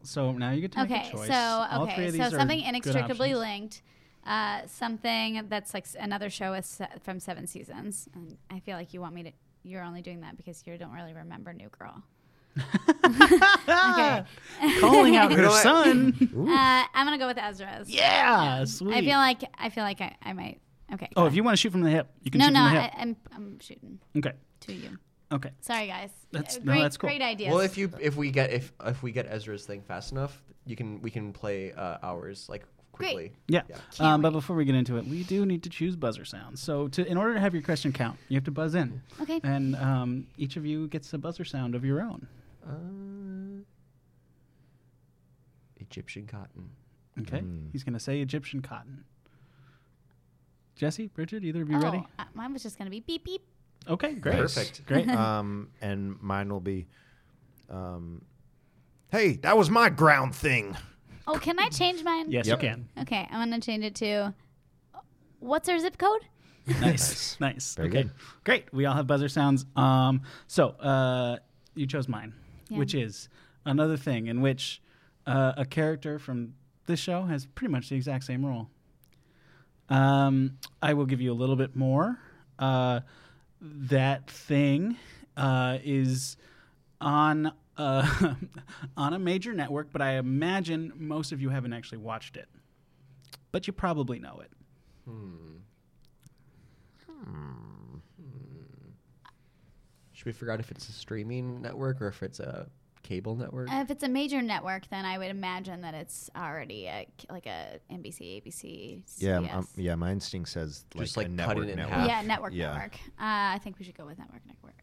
So now you get to make Okay. a choice. So All three okay. of So these are something good inextricably options. linked. Uh, something that's like s- another show is se- from seven seasons. And I feel like you want me to. You're only doing that because you don't really remember New Girl. *laughs* okay. Calling *laughs* out her know what? son. Uh, I'm gonna go with Ezra's. yeah, sweet. I feel like I feel like I, I might. Okay. oh, go if you want to shoot from the hip, you can no, shoot no, from the hip. I, I'm I'm shooting okay. to you. Okay. Sorry, guys. That's- Uh, no, great, that's cool. Great ideas. Well, if you if we get if if we get Ezra's thing fast enough, you can we can play uh, ours like quickly. Yeah. Yeah. Can't Um, but wait. before we get into it, we do need to choose buzzer sounds. So, to, in order to have your question count, you have to buzz in. okay. And um, each of you gets a buzzer sound of your own. Uh, Egyptian cotton. Okay? He's going to say Egyptian cotton. Jesse, Bridget, either of you oh, ready? uh, mine was just gonna be beep beep. Okay, great. Perfect. Great. um, and mine will be, um, hey, that was my ground thing. Oh, can I change mine? Yes, Yep. you can. Okay, I'm gonna change it to. What's our zip code? Nice. nice. Very okay. good. Great. We all have buzzer sounds. Um, so uh, you chose mine, Yeah. which is another thing in which uh, a character from this show has pretty much the exact same role. Um, I will give you a little bit more. Uh, that thing uh, is on uh, *laughs* on a major network, but I imagine most of you haven't actually watched it, but you probably know it. Should we figure out if it's a streaming network or if it's a cable network? Uh, if it's a major network, then I would imagine that it's already a, like a NBC, ABC, CBS. Yeah, um, yeah. My instinct says like, Just, like, a cut network it in network. half. Yeah, network, Yeah. network. Uh, I think we should go with network, network.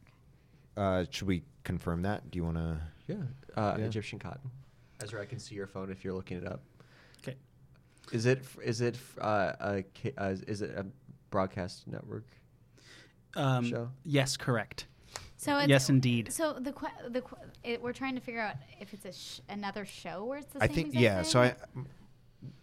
Uh, should we confirm that? Do you want to? yeah. Uh, Yeah. Egyptian cotton. Ezra, I can see your phone if you're looking it up. Okay. Is it f- is it f- uh, a ca- uh, is it a broadcast network? um, show? Yes, correct. So it's, yes, indeed. So the que- the que- it, we're trying to figure out if it's a sh- another show where it's the I same. think exact yeah. thing? So I,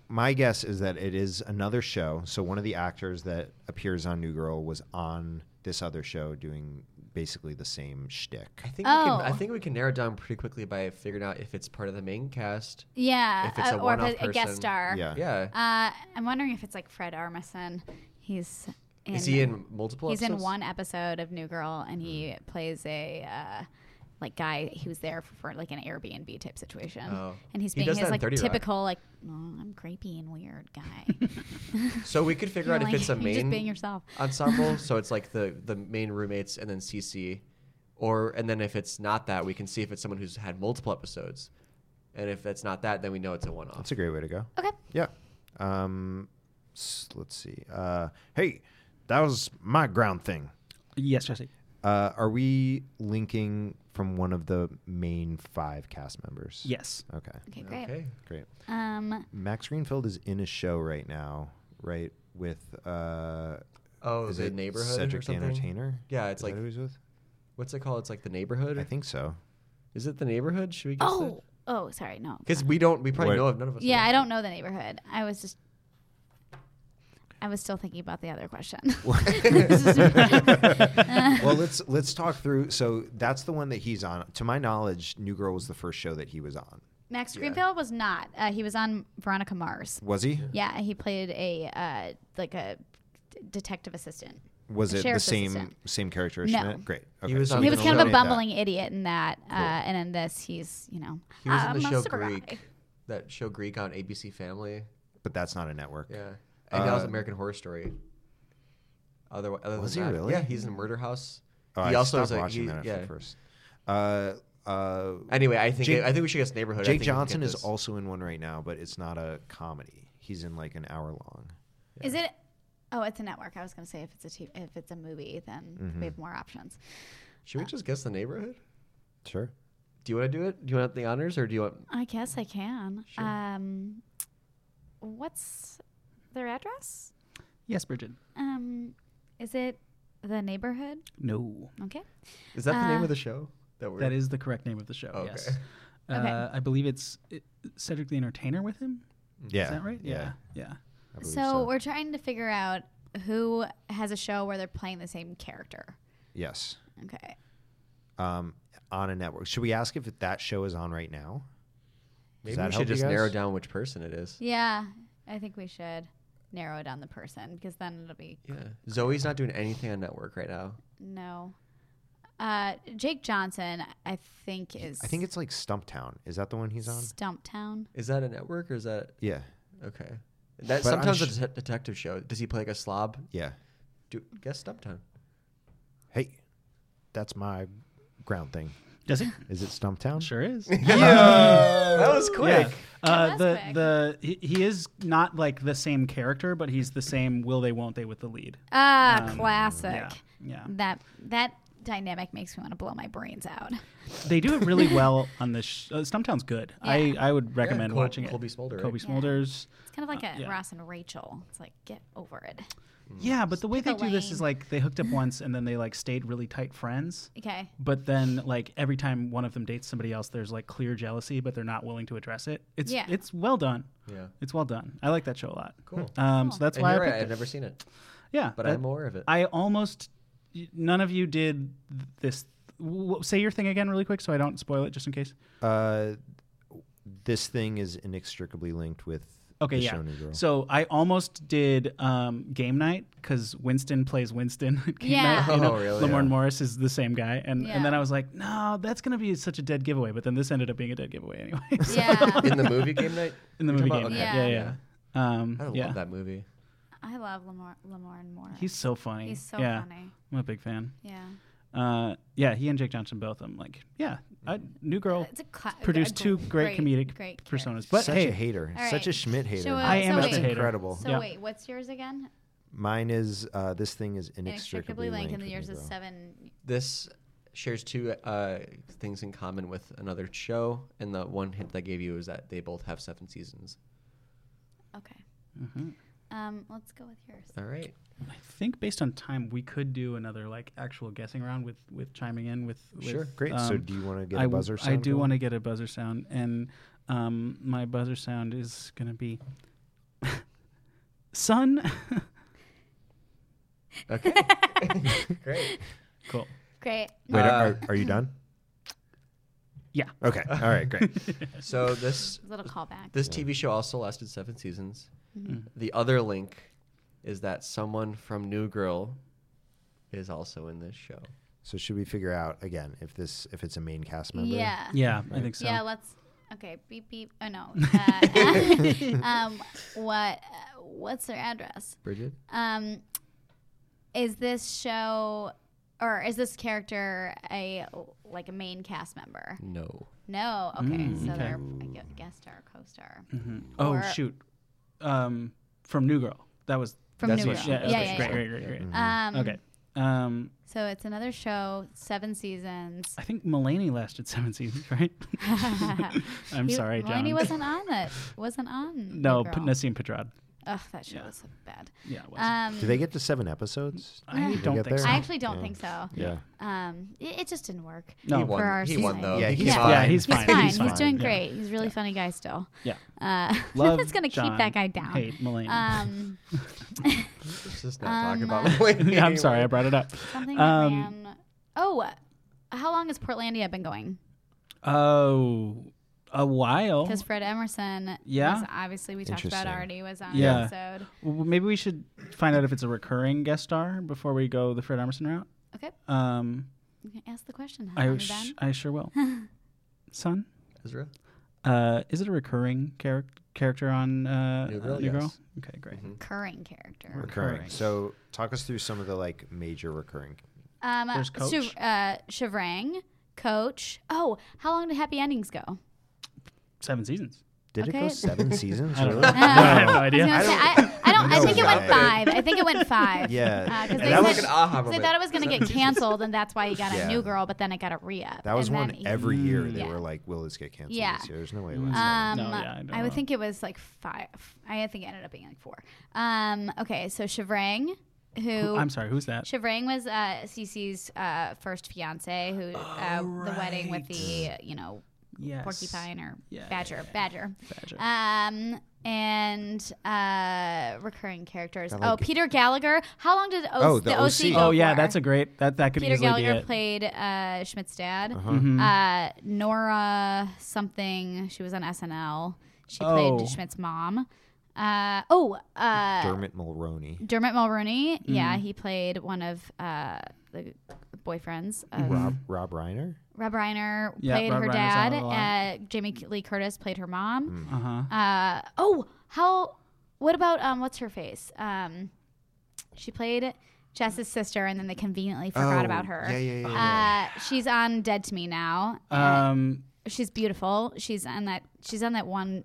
my guess is that it is another show. So one of the actors that appears on New Girl was on this other show doing basically the same shtick. I think we can, I Oh. think we can narrow it down pretty quickly by figuring out if it's part of the main cast. Yeah, If it's a uh, or one-off a, a guest person. star. Yeah. Yeah. Uh, I'm wondering if it's like Fred Armisen. He's in, Is he in multiple? Uh, He's in episodes? one episode of New Girl, and he Mm. plays a uh, like guy who was there for, for, like an Airbnb type situation, Oh. and he's He being does his that in like 30 Rock. typical like oh, I'm creepy and weird *laughs* guy. So we could figure You're out *laughs* like- if it's a you're main just being yourself. *laughs* ensemble. So it's like the the main roommates and then CC, or and then if it's not that, we can see if it's someone who's had multiple episodes, and if that's not that, then we know it's a one-off. That's a great way to go. okay, Yeah. Um, s- let's see. Uh, hey, that was my ground thing. Yes, Jesse. Uh, are we linking from one of the main five cast members? Yes. Okay. okay, great. Okay. Great. Um, Max Greenfield is in a show right now, right? With uh, Oh, is the it neighborhood or Cedric the something? Entertainer. Yeah, it's Is like- that who he's with. What's it called? It's like the neighborhood. I think so. Is it the neighborhood? Should we guess oh, oh, sorry, no. Because we don't. We probably What? know of none of us. Yeah, know. I don't know the neighborhood. I was just. I was still thinking about the other question. *laughs* *laughs* *laughs* well, let's let's talk through. So that's the one that he's on. To my knowledge, New Girl was the first show that he was on. Max Greenfield was not. Uh, he was on Veronica Mars. Was he? Yeah, he played a uh, like a d- detective assistant. Was it The the sheriff's same assistant. same character? as No. Schmidt? Great. Okay. was so on we He was can kind of a eliminate that. bumbling idiot in that, uh, and in this, he's you know He was I'm in Uh, the a show samurai. Greek. That show Greek on ABC Family. but that's not a network. Yeah. And that was Uh, American Horror Story. Otherwise, other Was than he that- really? Yeah, he's in Murder House. Oh, he I also stopped is a, watching he- that after yeah. first. Uh, uh, Anyway, I think Jake- I think we should guess neighborhood. I Jake think we can Johnson get is this. also in one right now, but it's not a comedy. He's in like an hour long. Is it? Oh, it's a network. I was going to say if it's a t- if it's a movie, then we Mm-hmm. have more options. Should we just guess the neighborhood? Sure. Do you want to do it? Do you want the honors or do you want? I guess I can. Um, what's their address? Yes, Bridget. Um, is it the neighborhood? No. Okay. Is that the name Uh, of the show? That we're. That is the correct name of the show. Okay. Yes. Uh, Okay. I believe it's it, Cedric the Entertainer with him. Yeah. Is that right? Yeah. Yeah. I So, believe so. we're trying to figure out who has a show where they're playing the same character. yes. Okay. Um, on a network. Should we ask if that show is on right now? Maybe that we help should you just narrow guys? down which person it is. Yeah, I think we should narrow down the person because then it'll be Yeah. Zoe's not doing anything on network right now. no. Uh, Jake Johnson, I think is I think it's like Stumptown. Is that the one he's on? Stumptown. Is that a network or is that Yeah. okay? That But I'm sometimes sh- a det- detective show. Does he play like a slob? Yeah. Do guess Stumptown. Hey, that's my ground thing. Does he? Is it Stumptown? Sure *laughs* is. That was quick. Uh, That was the quick. the he, he is not like the same character, but he's the same will they won't they with the lead. Ah, classic. Um, Yeah, yeah. That that dynamic makes me want to blow my brains out. They do it really well on this. Sh- uh, Stumptown's good. I I would recommend Col- watching it. Colby Smolder, right? Colby Yeah. Smulders. It's kind of like a Uh, yeah. Ross and Rachel. It's like get over it. Mm. Yeah, but the way they pick a do this lane. is like they hooked up once and then they like stayed really tight friends. *laughs* Okay. But then like every time one of them dates somebody else, there's like clear jealousy, but they're not willing to address it. It's Yeah. it's well done. Yeah. It's well done. I like that show a lot. Cool. Um, so *laughs* that's And why I you're picked right. it. I've never seen it, Yeah, but that- I'm aware of it. I almost none of you did th- this. W- say your thing again, really quick, so I don't spoil it, just in case. Uh, this thing is inextricably linked with Okay, the yeah. show New Girl. So I almost did um, game night because Winston plays Winston. *laughs* at game Yeah. Night, you know? Oh, really? Lamorne Yeah. Morris is the same guy, and Yeah. and then I was like, no, that's gonna be such a dead giveaway. But then this ended up being a dead giveaway anyway. *laughs* So- Yeah, *laughs* in the movie game night. *laughs* in the You're movie game, talking about- night. okay. yeah, yeah. Yeah. Um, I yeah. love that movie. I love Lamar Lamar and Moore. He's so funny. He's so yeah. funny. I'm a big fan. Yeah. Uh, yeah, he and Jake Johnson both. I'm like, yeah, I, New Girl. It's a cla- Oh, produced a two great, comedic great personas. character. But such hey, a hater, All such a right. Schmidt hater. So, uh, I am so such a wait. hater. incredible. So Yeah. wait, what's yours again? Mine is uh, this thing is inextricably, Inextricably linked, and with yours New is Girl. seven. This shares two uh, things in common with another show, and the one hint that I gave you is that they both have seven seasons. Okay. mm-hmm. Um, let's go with yours. All right. I think based on time, we could do another like actual guessing round with with chiming in with. with Sure. Great. so do you want to get Um, I a w- buzzer? I sound do going? want to get a buzzer sound, and um, my buzzer sound is gonna be. *laughs* Sun. Okay. *laughs* Great. cool. *laughs* Great. Wait, Uh, are, are you done? *laughs* Yeah. Okay. All right. *laughs* Great. So this Little callback. this TV show also lasted seven seasons. Mm-hmm. The other link is that someone from New Girl is also in this show. So should we figure out again if this if it's a main cast member? Yeah. Yeah, I think so. Yeah, let's. Okay, beep beep. Oh no. Uh, *laughs* um, what? Uh, what's their address? Bridget. Um, is this show or is this character a like a main cast member? No. No. Okay, so okay. they're a gu- guest star, co-star Oh Or- shoot, um, from New Girl. That was from That's New what Girl. she- yeah, okay, yeah, yeah, great, yeah. great, great, great. Mm-hmm. Um, Okay, um, So it's another show, seven seasons. I think Mulaney lasted *laughs* seven seasons, right? *laughs* *laughs* I'm He- sorry, John. Mulaney wasn't on that. Wasn't *laughs* on. no, New P- Girl. Nassim Pedrad. Ugh, that show was so bad. Yeah, it was. Um, Do they get to seven episodes? I Did they don't get think so. there? I actually don't think so. Yeah. Um, it, it just didn't work. No. He won. For our he won season. though. Yeah, He he's came fine. on. Yeah, he's He's fine. fine. He's, fine. doing Yeah. great. *laughs* He's a really funny guy still. Yeah. Uh, *laughs* Love that's gonna John, keep that guy down. Hate Mulaney. Um, Let's just not talk Um, about *laughs* uh, *laughs* Mulaney yeah, I'm sorry, I anymore. brought it up. something Um, that ran. Oh, uh, how long has Portlandia been going? Oh, a while. Because Fred Emerson, Oh. Yeah. was obviously we talked about Interesting. already, was on Yeah. the episode. Well, maybe we should find out if it's a recurring guest star before we go the Fred Emerson route. Okay, Um, you can ask the question. How long I you sh- been? I sure *laughs* will. Son, Ezra. uh, is it a recurring character character on uh, New Girl, uh, New Girl? yes. Okay, great. Recurring character. Recurring. Recurring. So talk us through some of the like major recurring. Um, There's Coach. Shiv- uh, Shivrang, Coach. Oh, how long did Happy Endings go? Seven seasons. Did it go Okay. *laughs* seven seasons? *laughs* I don't really? know. I have no idea. I, was gonna say, I, *laughs* I don't. I No think it went way. five. I think it went *laughs* five. Yeah. because And Uh, they, that said- was an aha 'cause they moment. thought it was going *laughs* *laughs* to get canceled, and that's why he got Yeah. a new girl. But then it got a re-up. That was and one then he- every Mm. year. They yeah. were like, "Will this get canceled Yeah. this year?" There's no way it was. Um, No, yeah, I don't I would know. think it was like five. I think it ended up being like four. Um, okay, so Shivrang, who Oh, I'm sorry, who's that? Shivrang was uh, Cece's uh, first fiance, who uh, the wedding with the you know Yes. porcupine or Yeah, badger, yeah, yeah. badger, Badger. Um, and uh, recurring characters. Kinda Oh, like- Peter Gallagher. How long did o- Oh, the the OC. OC? go Oh yeah, for? that's a great that that could Peter easily be Gallagher it. played uh, Schmidt's dad. Uh-huh. uh Mhm. Nora something. She was on SNL. She Oh. played Schmidt's mom. Uh, oh, uh, Dermot Mulroney, Dermot Mulroney. Yeah, Mm-hmm. he played one of uh, the boyfriends. Of Rob Rob Reiner. Rob Reiner Yeah, played Rob her Reiner's on dad. it a lot. Uh, Jamie Lee Curtis played her Mm-hmm. mom. uh huh. Uh, oh, how? What about um? What's her face? Um, she played Jess's sister, and then they conveniently forgot Oh, about her. yeah, yeah, yeah, Uh, she's on Dead to Me now. Uh, Um, she's beautiful. She's on that. She's on that one.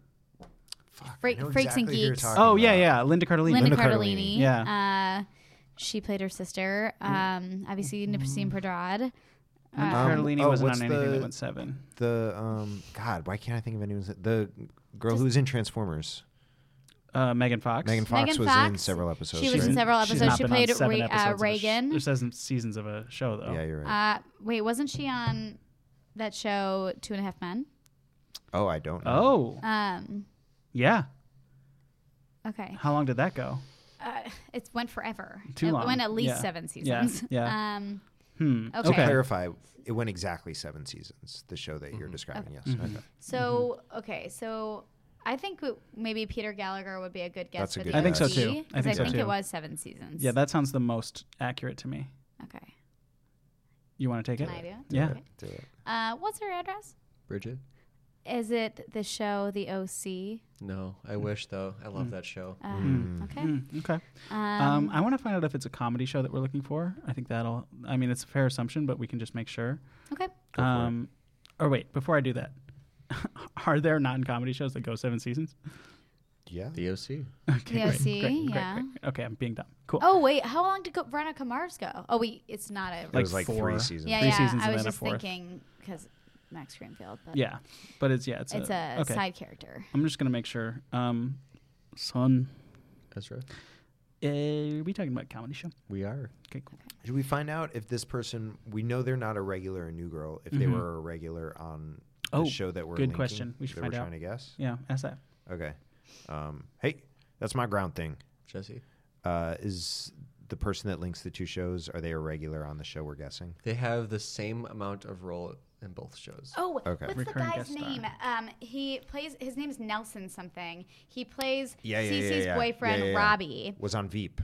Freak, I know Freaks and exactly who you're Geeks. talking oh yeah, about. yeah, Linda Cardellini. Linda, Linda Cardellini. Cardellini. Yeah. Uh, she pplayed her sister. Um, obviously Nipsey Mm-hmm. Padrad. Linda Um, Cardellini oh, wasn't what's on anything the- that went seven. The um, God, why can't I think of anyone's the girl who's in Transformers? Uh, Megan Fox. Megan Fox Megan was in Fox. several episodes. She was right? in several She's episodes. not She been on played seven Re- uh, episodes of a sh- Reagan. There's seven seasons of a show though. Yeah, you're right. Uh, wait, wasn't she on that show Two and a Half Men? oh, I don't. know. Oh Um, yeah. okay, How long did that go? uh, it went forever. Too it long. went at least Yeah. seven Yeah. seasons. *laughs* Yeah. Um, Hmm. Okay. To Okay. clarify, it went exactly seven seasons. The show that Mm-hmm. you're describing, yes. Mm-hmm. Okay. so okay, so I think w- maybe Peter Gallagher would be a good guess. That's a for good the I think so, OC, too. I 'cause think so, too. it was seven seasons. Yeah, that sounds the most accurate to me. okay. You want to take Can it? I do it? Yeah. Okay. Do it. Uh, what's her address? Bridget. Is it the show The OC? No, I wish though. I love that show. Uh, Hmm. Okay. Mm, okay. Um, Um, I want to find out if it's a comedy show that we're looking for. I think that'll. I mean, it's a fair assumption, but we can just make sure. *laughs* okay. Um, or wait, before I do that, *laughs* are there non-comedy shows that go seven seasons? Yeah. The OC. Okay, The great, OC, great, great, yeah. great. Okay, I'm being dumb. Cool. Oh wait, how long did go- Veronica Mars go? Oh wait, it's not a it was like like four. three seasons. yeah, three yeah. seasons I and was then a just fourth. thinking because Max Greenfield. But Yeah, but it's yeah, it's, it's a okay. side character. I'm just gonna make sure. Um, son, Ezra. uh, are we talking about comedy show? We are. Okay, cool. Should we find out if this person? We know they're not a regular in New Girl. If they were a regular on the Mm-hmm. Oh, show that we're good linking, question. We should that find we're out. trying to guess. Yeah, ask that. Okay. Um, hey, that's my ground thing. Jesse. Uh, is the person that links the two shows are they a regular on the show? We're guessing. They have the same amount of role in both shows. Oh, Okay. what's Recurring the guest guy's star. name? Um, he plays. His name's Nelson something. He plays Yeah, yeah, yeah, Cece's yeah. boyfriend Yeah, yeah, yeah. Robbie, Was on Veep,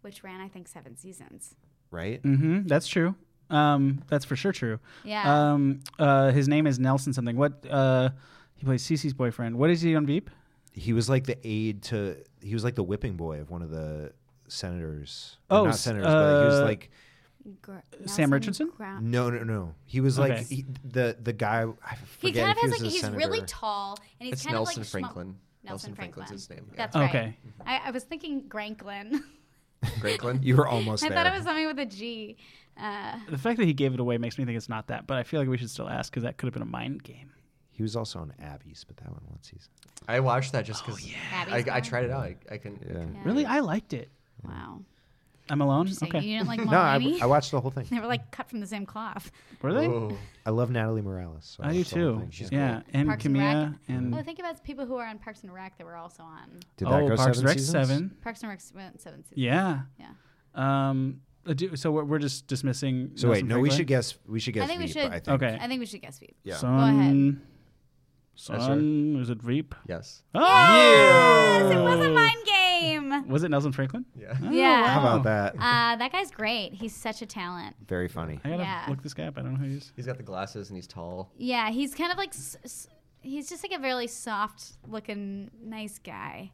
which ran I think seven seasons. right? Mm-hmm. That's true. Um, that's for sure true. Yeah. Um, uh, his name is Nelson something. What? Uh, he plays Cece's boyfriend. What is he on Veep? He was like the aide to. He was like the whipping boy of one of the senators. Oh, Or not s- senators, but he was uh, like Gr- Sam Nelson Richardson? Gra- no, no, no. He was like Okay. he, the the guy. I he forget kind if of he was has like a he's senator. really tall and he's it's kind Nelson of like schmo- Franklin. Nelson Franklin. Franklin's his name. That's Yeah. right. Okay. I, I was thinking Granklin. *laughs* yeah. Franklin. You were almost I there. thought it was something with a G. Uh, The fact that he gave it away makes me think it's not that, but I feel like we should still ask because that could have been a mind game. He was also on Abby's, but that one one season. I watched that Oh, just because I, Abby's I one? tried it out. I, I couldn't. Yeah. Yeah. Really, I liked it. Wow. I'm alone. Interesting. Okay. You didn't like *laughs* No, I, Mulvaney? I watched the whole thing. *laughs* they were like cut from the same cloth. Were they? Oh, Whoa. I love Natalie Morales. So I do watched the whole too. thing. She's yeah, great. and Parks and Camilla Rec. and, Well, think about people who are on Parks and Rec that were also on. Did that oh, go Parks and seven Rec seasons? seven. Parks and Rec went seven seasons. Yeah. Yeah. Um. uh, do- so we're, we're just dismissing. So wait, Nelson no, we Franklin? should guess. We should guess. think we Veep, should- I think. Okay. I think we should guess Veep. Yeah. Sun. That's Sun. Is it Veep? *laughs* Yes. Oh! Yes, it was a mind game. Was it Nelson Franklin? Yeah. Oh, Yeah. How wow. about that? Uh, that guy's great. He's such a talent. Very funny. I gotta Yeah. look this guy up. I don't know who he is. He's got the glasses and he's tall. Yeah, he's kind of like. S- s- he's just like a really soft looking, nice guy.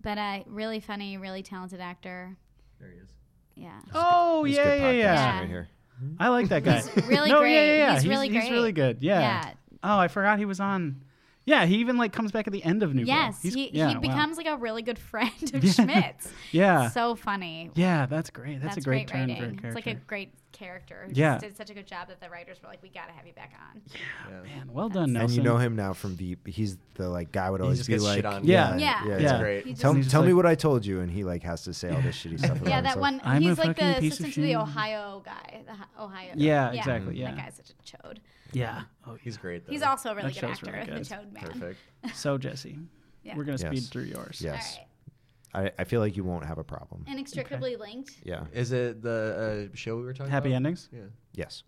But uh, really funny, really talented actor. There he is. Yeah. Oh It's yeah, yeah, good podcasting yeah. Right here. I like that guy. really no, great. yeah, yeah, yeah. He's really He's great. really good. Yeah. Yeah. Oh, I forgot he was on. Yeah, he even like comes back at the end of New Girl. Yes, He's- he, yeah, he wow. becomes like a really good friend of *laughs* Yeah. Schmidt's. Yeah. So funny. yeah, that's great. That's, That's, a great, turn writing. for a character. It's like a great character. Who Yeah. Just did such a good job that the writers were like, we got to have you back on. Yeah. Ah, Man, well done, And Nelson. you know him now from Veep. He's the like guy would always just be gets like, shit on. Yeah. Yeah. yeah. That's yeah. great. He just- Tell, And he's just tell me like- what I told you, and he like has to say all *laughs* this shitty stuff. About Yeah, that himself. one. I'm a he's like fucking the piece of assistant to the shit. Ohio guy. The Ho- Ohio. Yeah, exactly, yeah. That guy's such a chode. Yeah. Oh, He's great. Though. He's also a really That good show's actor. really good. The chode man. perfect. *laughs* So Jesse, Yeah. we're gonna Yes. speed through yours. All Yes, right. I, I feel like you won't have a problem. Inextricably linked. Yeah. Is it the uh, show we were talking Happy *laughs* about? endings. Oh, ending. Yes.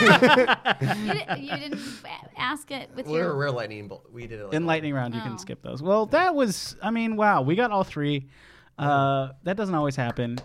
You, di- you didn't a- ask it with Yeah. We're, your. we're lightning bolt. We did it. Like *laughs* In lightning round, you Oh. can skip those. Well, that was. I mean, wow, we got all three. Uh, that doesn't always happen.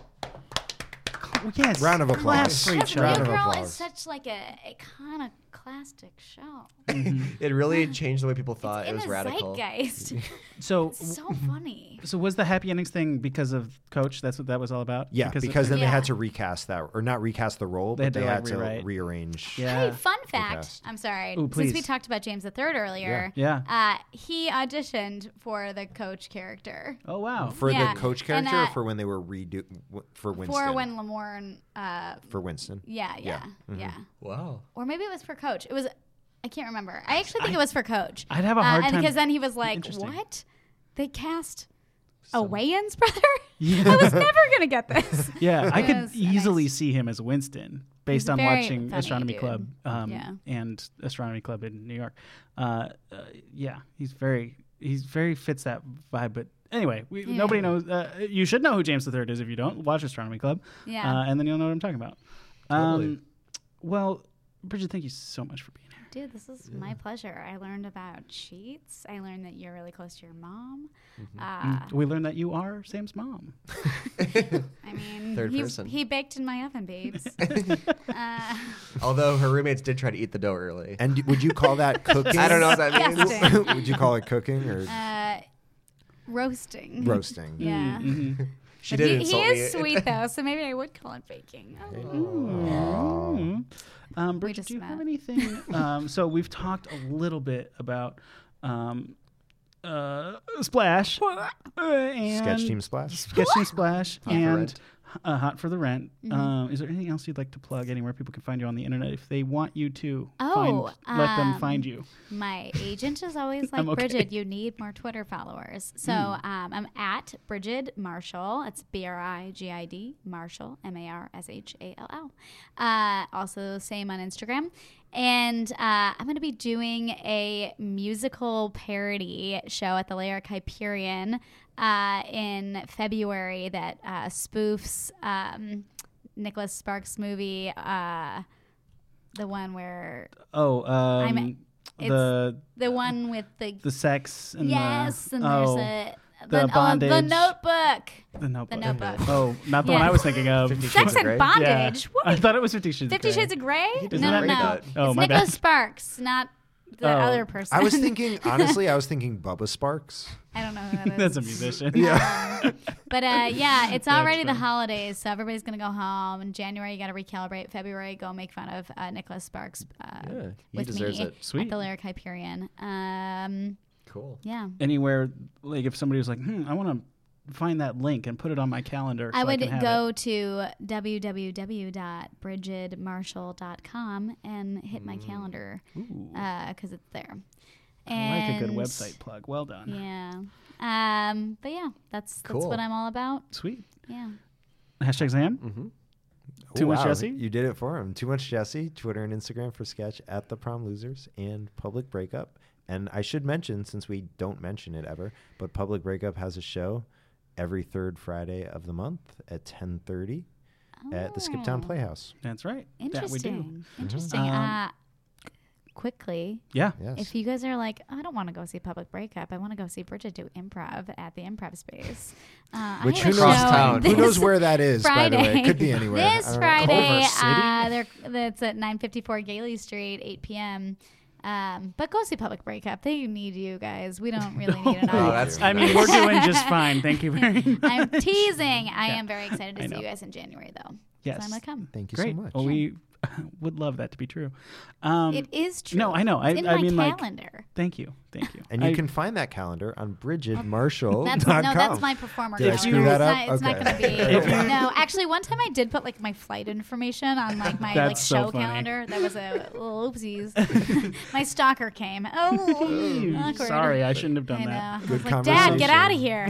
Cl- Yes. Round of Claps applause. for each Because Round other. New of Girl applause. is such like a iconoclastic show. Mm-hmm. *laughs* It really changed the way people thought. in it was the radical. zeitgeist. So, so funny. so was the happy endings thing because of Coach? That's what that was all about. Yeah, because, it- then Yeah. they had to recast that, or not recast the role, They but had they to, had like, to rewrite. rearrange. Yeah. Hey, fun fact. cast. I'm sorry. Ooh, Since we please. talked about James III earlier, Yeah. Uh, he auditioned for the coach character. Oh wow. For Yeah. the coach And, character, uh, or for when they were redo w- for Winston. For when Lamorne, uh, For Winston. yeah, yeah, yeah, Mm-hmm. Wow. Or maybe it was for coach. It was, I can't remember. I actually think it was for coach. Uh, I'd have a hard and time- Because then he was like, Interesting. what? They cast a Wayans *laughs* brother? Yeah. I was never going to get this. *laughs* Yeah, I It could was easily nice. see him as Winston based a on very watching funny Astronomy dude. Club um, Yeah. and Astronomy Club in New York. Uh, uh, yeah, he's very he's very fits that vibe. But anyway, we, nobody knows. Uh, you should know who James III is if you don't watch Astronomy Club. Yeah. uh, and then you'll know what I'm talking about. Totally. Um, well, Bridget, thank you so much for being here. Dude, this is my pleasure. I learned about cheats. I learned that you're really close to your mom. Uh, we learned that you are Sam's mom. I mean, Third he, person. he baked in my *laughs* oven, babes. uh, Although her roommates did try to eat the dough early. And d- would you *laughs* call that cooking? *laughs* I don't know what that *laughs* means. *laughs* casting, would you call it cooking or uh, roasting. roasting? Yeah. Mm-hmm. She But did he, not he insult me. is sweet though, so maybe I would call it baking. I don't know. Mm. Um, Bridget, just do you have met. anything? *laughs* um, so we've talked a little bit about um, uh, Splash uh, and Sketch team splash. Sketch Team Splash for and Rent. uh, Hot for the Rent. Mm-hmm. Um, is there anything else you'd like to plug? Anywhere people can find you on the internet if they want you to Oh, find, let them um, find you. My agent is always *laughs* like, I'm okay. Hmm. Bridget, you need more Twitter followers. So um, I'm at Bridget Marshall. It's B R I G I D Marshall M A R S H A L L. Uh, Also same on Instagram. And uh, I'm going to be doing a musical parody show at the Lyric Hyperion uh, in February that uh, spoofs um, Nicholas Sparks' movie, uh, the one where Oh, um, I'm- it's- the the one with the, the sex and yes, the, and oh, there's a the the, oh, the bondage. Notebook. the notebook. Notebook. Oh, not the Yeah. one I was thinking of. Fifty Shades Sex of and Grey? bondage. Yeah. What I thought it was Fifty Shades. Fifty of Grey. *laughs* Shades of Grey? He does No, not no, no. read that. Oh, it's my Nicholas bad. Sparks, not the Oh. other person. *laughs* I was thinking, honestly, I was thinking Bubba Sparks. I don't know who that *laughs* is. That's a musician. Um, *laughs* but uh, yeah, it's That's already the funny. holidays, so everybody's gonna go home. In January, you gotta recalibrate. February, go make fun of uh, Nicholas Sparks. Uh, Yeah, he with deserves me it. Sweet. At the Lyric Hyperion. Um, Cool. yeah. Anywhere, like if somebody was like, "Hmm, I want to find that link and put it on my calendar," so I would can have go it. to www.bridgetmarshall.com and hit my calendar Mm. Ooh, because it's there. I like a good And- website plug. Well done. Yeah. Um, but yeah, that's that's Cool. what I'm all about. Sweet. Yeah. Hashtag Zan. Mm-hmm. Too much Jesse? You did it for him. Too much Jesse. Twitter and Instagram for sketch at the prom losers and public breakup. And I should mention, since we don't mention it ever, but public breakup has a show every third Friday of the month at ten thirty at the Skiptown Oh, Playhouse. That's right. That we Interesting. do. Interesting. Um, uh, quickly, Yeah. Yes. if you guys are like, "Oh, I don't want to go see Public Breakup, I want to go see Bridget do improv at the improv space. Uh, Which I who have a knows, show *laughs* Crosstown. who this knows where that is, by the way. It Friday. could be anywhere. I This don't know. Friday, Culver City? uh, they're, that's at 954 Gailey Street, 8 p.m. Um, but go see Public Breakup. They need you guys. We *laughs* don't really need an Oh, audience. that's I mean, nice. we're doing just fine. Thank you very much. *laughs* *laughs* I'm teasing. I Yeah, am very I excited to see know. you guys in January, though. Yes. So I'm going to come. Thank you Great. so much. Well, we *laughs* would love that to be true. Um, it is true. no, I know. I- It's in I my mean, like- calendar. Thank you. Thank you. and you I- can find that calendar on bridgetmarshall.com. *laughs* That's no, that's my performer. Oh, Did I calendar. screw that up? It's not, it's Okay. *laughs* not gonna be. *laughs* no, actually, one time I did put like my flight information on like my like That's so show funny. calendar. That was *laughs* a little oopsies. my stalker came. Oh, *laughs* awkward. Sorry, I shouldn't have done I know. that. I was Good like, Dad, conversation. get out of here.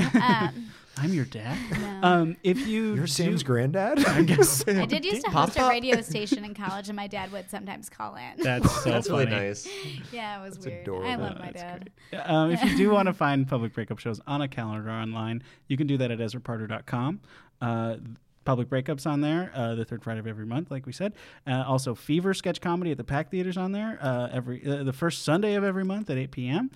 *laughs* Um, I'm your dad. Um, if you do- *laughs* You're Sam's granddad? I guess *laughs* I did used to host a Papa? radio station in college, and my dad would sometimes call in. that's so That's funny. really nice. *laughs* yeah, it was weird. I adorable. love my That's dad. *laughs* Um, if you do want to find public breakup shows on a calendar or online, you can do that at EzraParter.com. Uh, public breakups on there, uh, the third Friday of every month, like we said. Uh, also, Fever Sketch Comedy at the Pack Theaters on there uh, every uh, the first Sunday of every month at 8 p.m.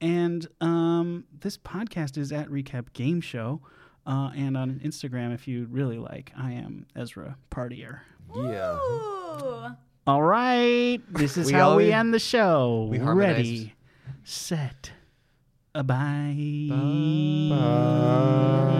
And um, this podcast is at Recap Game Show. Uh, and on Instagram, if you really like, I am Ezra Partier. yeah. Ooh. All right, this is We how we always- end the show. we harmonized. Ready, set, a bye. Uh,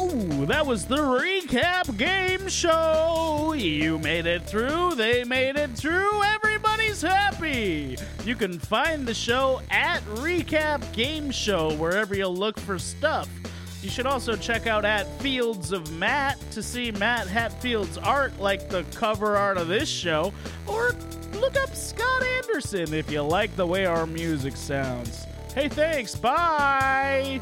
Ooh, that was the recap game show. You made it through. They made it through. Everybody's happy. You can find the show at Recap Game Show wherever you look for stuff. You should also check out at Fields of Matt to see Matt Hatfield's art, like the cover art of this show, or look up Scott Anderson if you like the way our music sounds. Hey, thanks. Bye.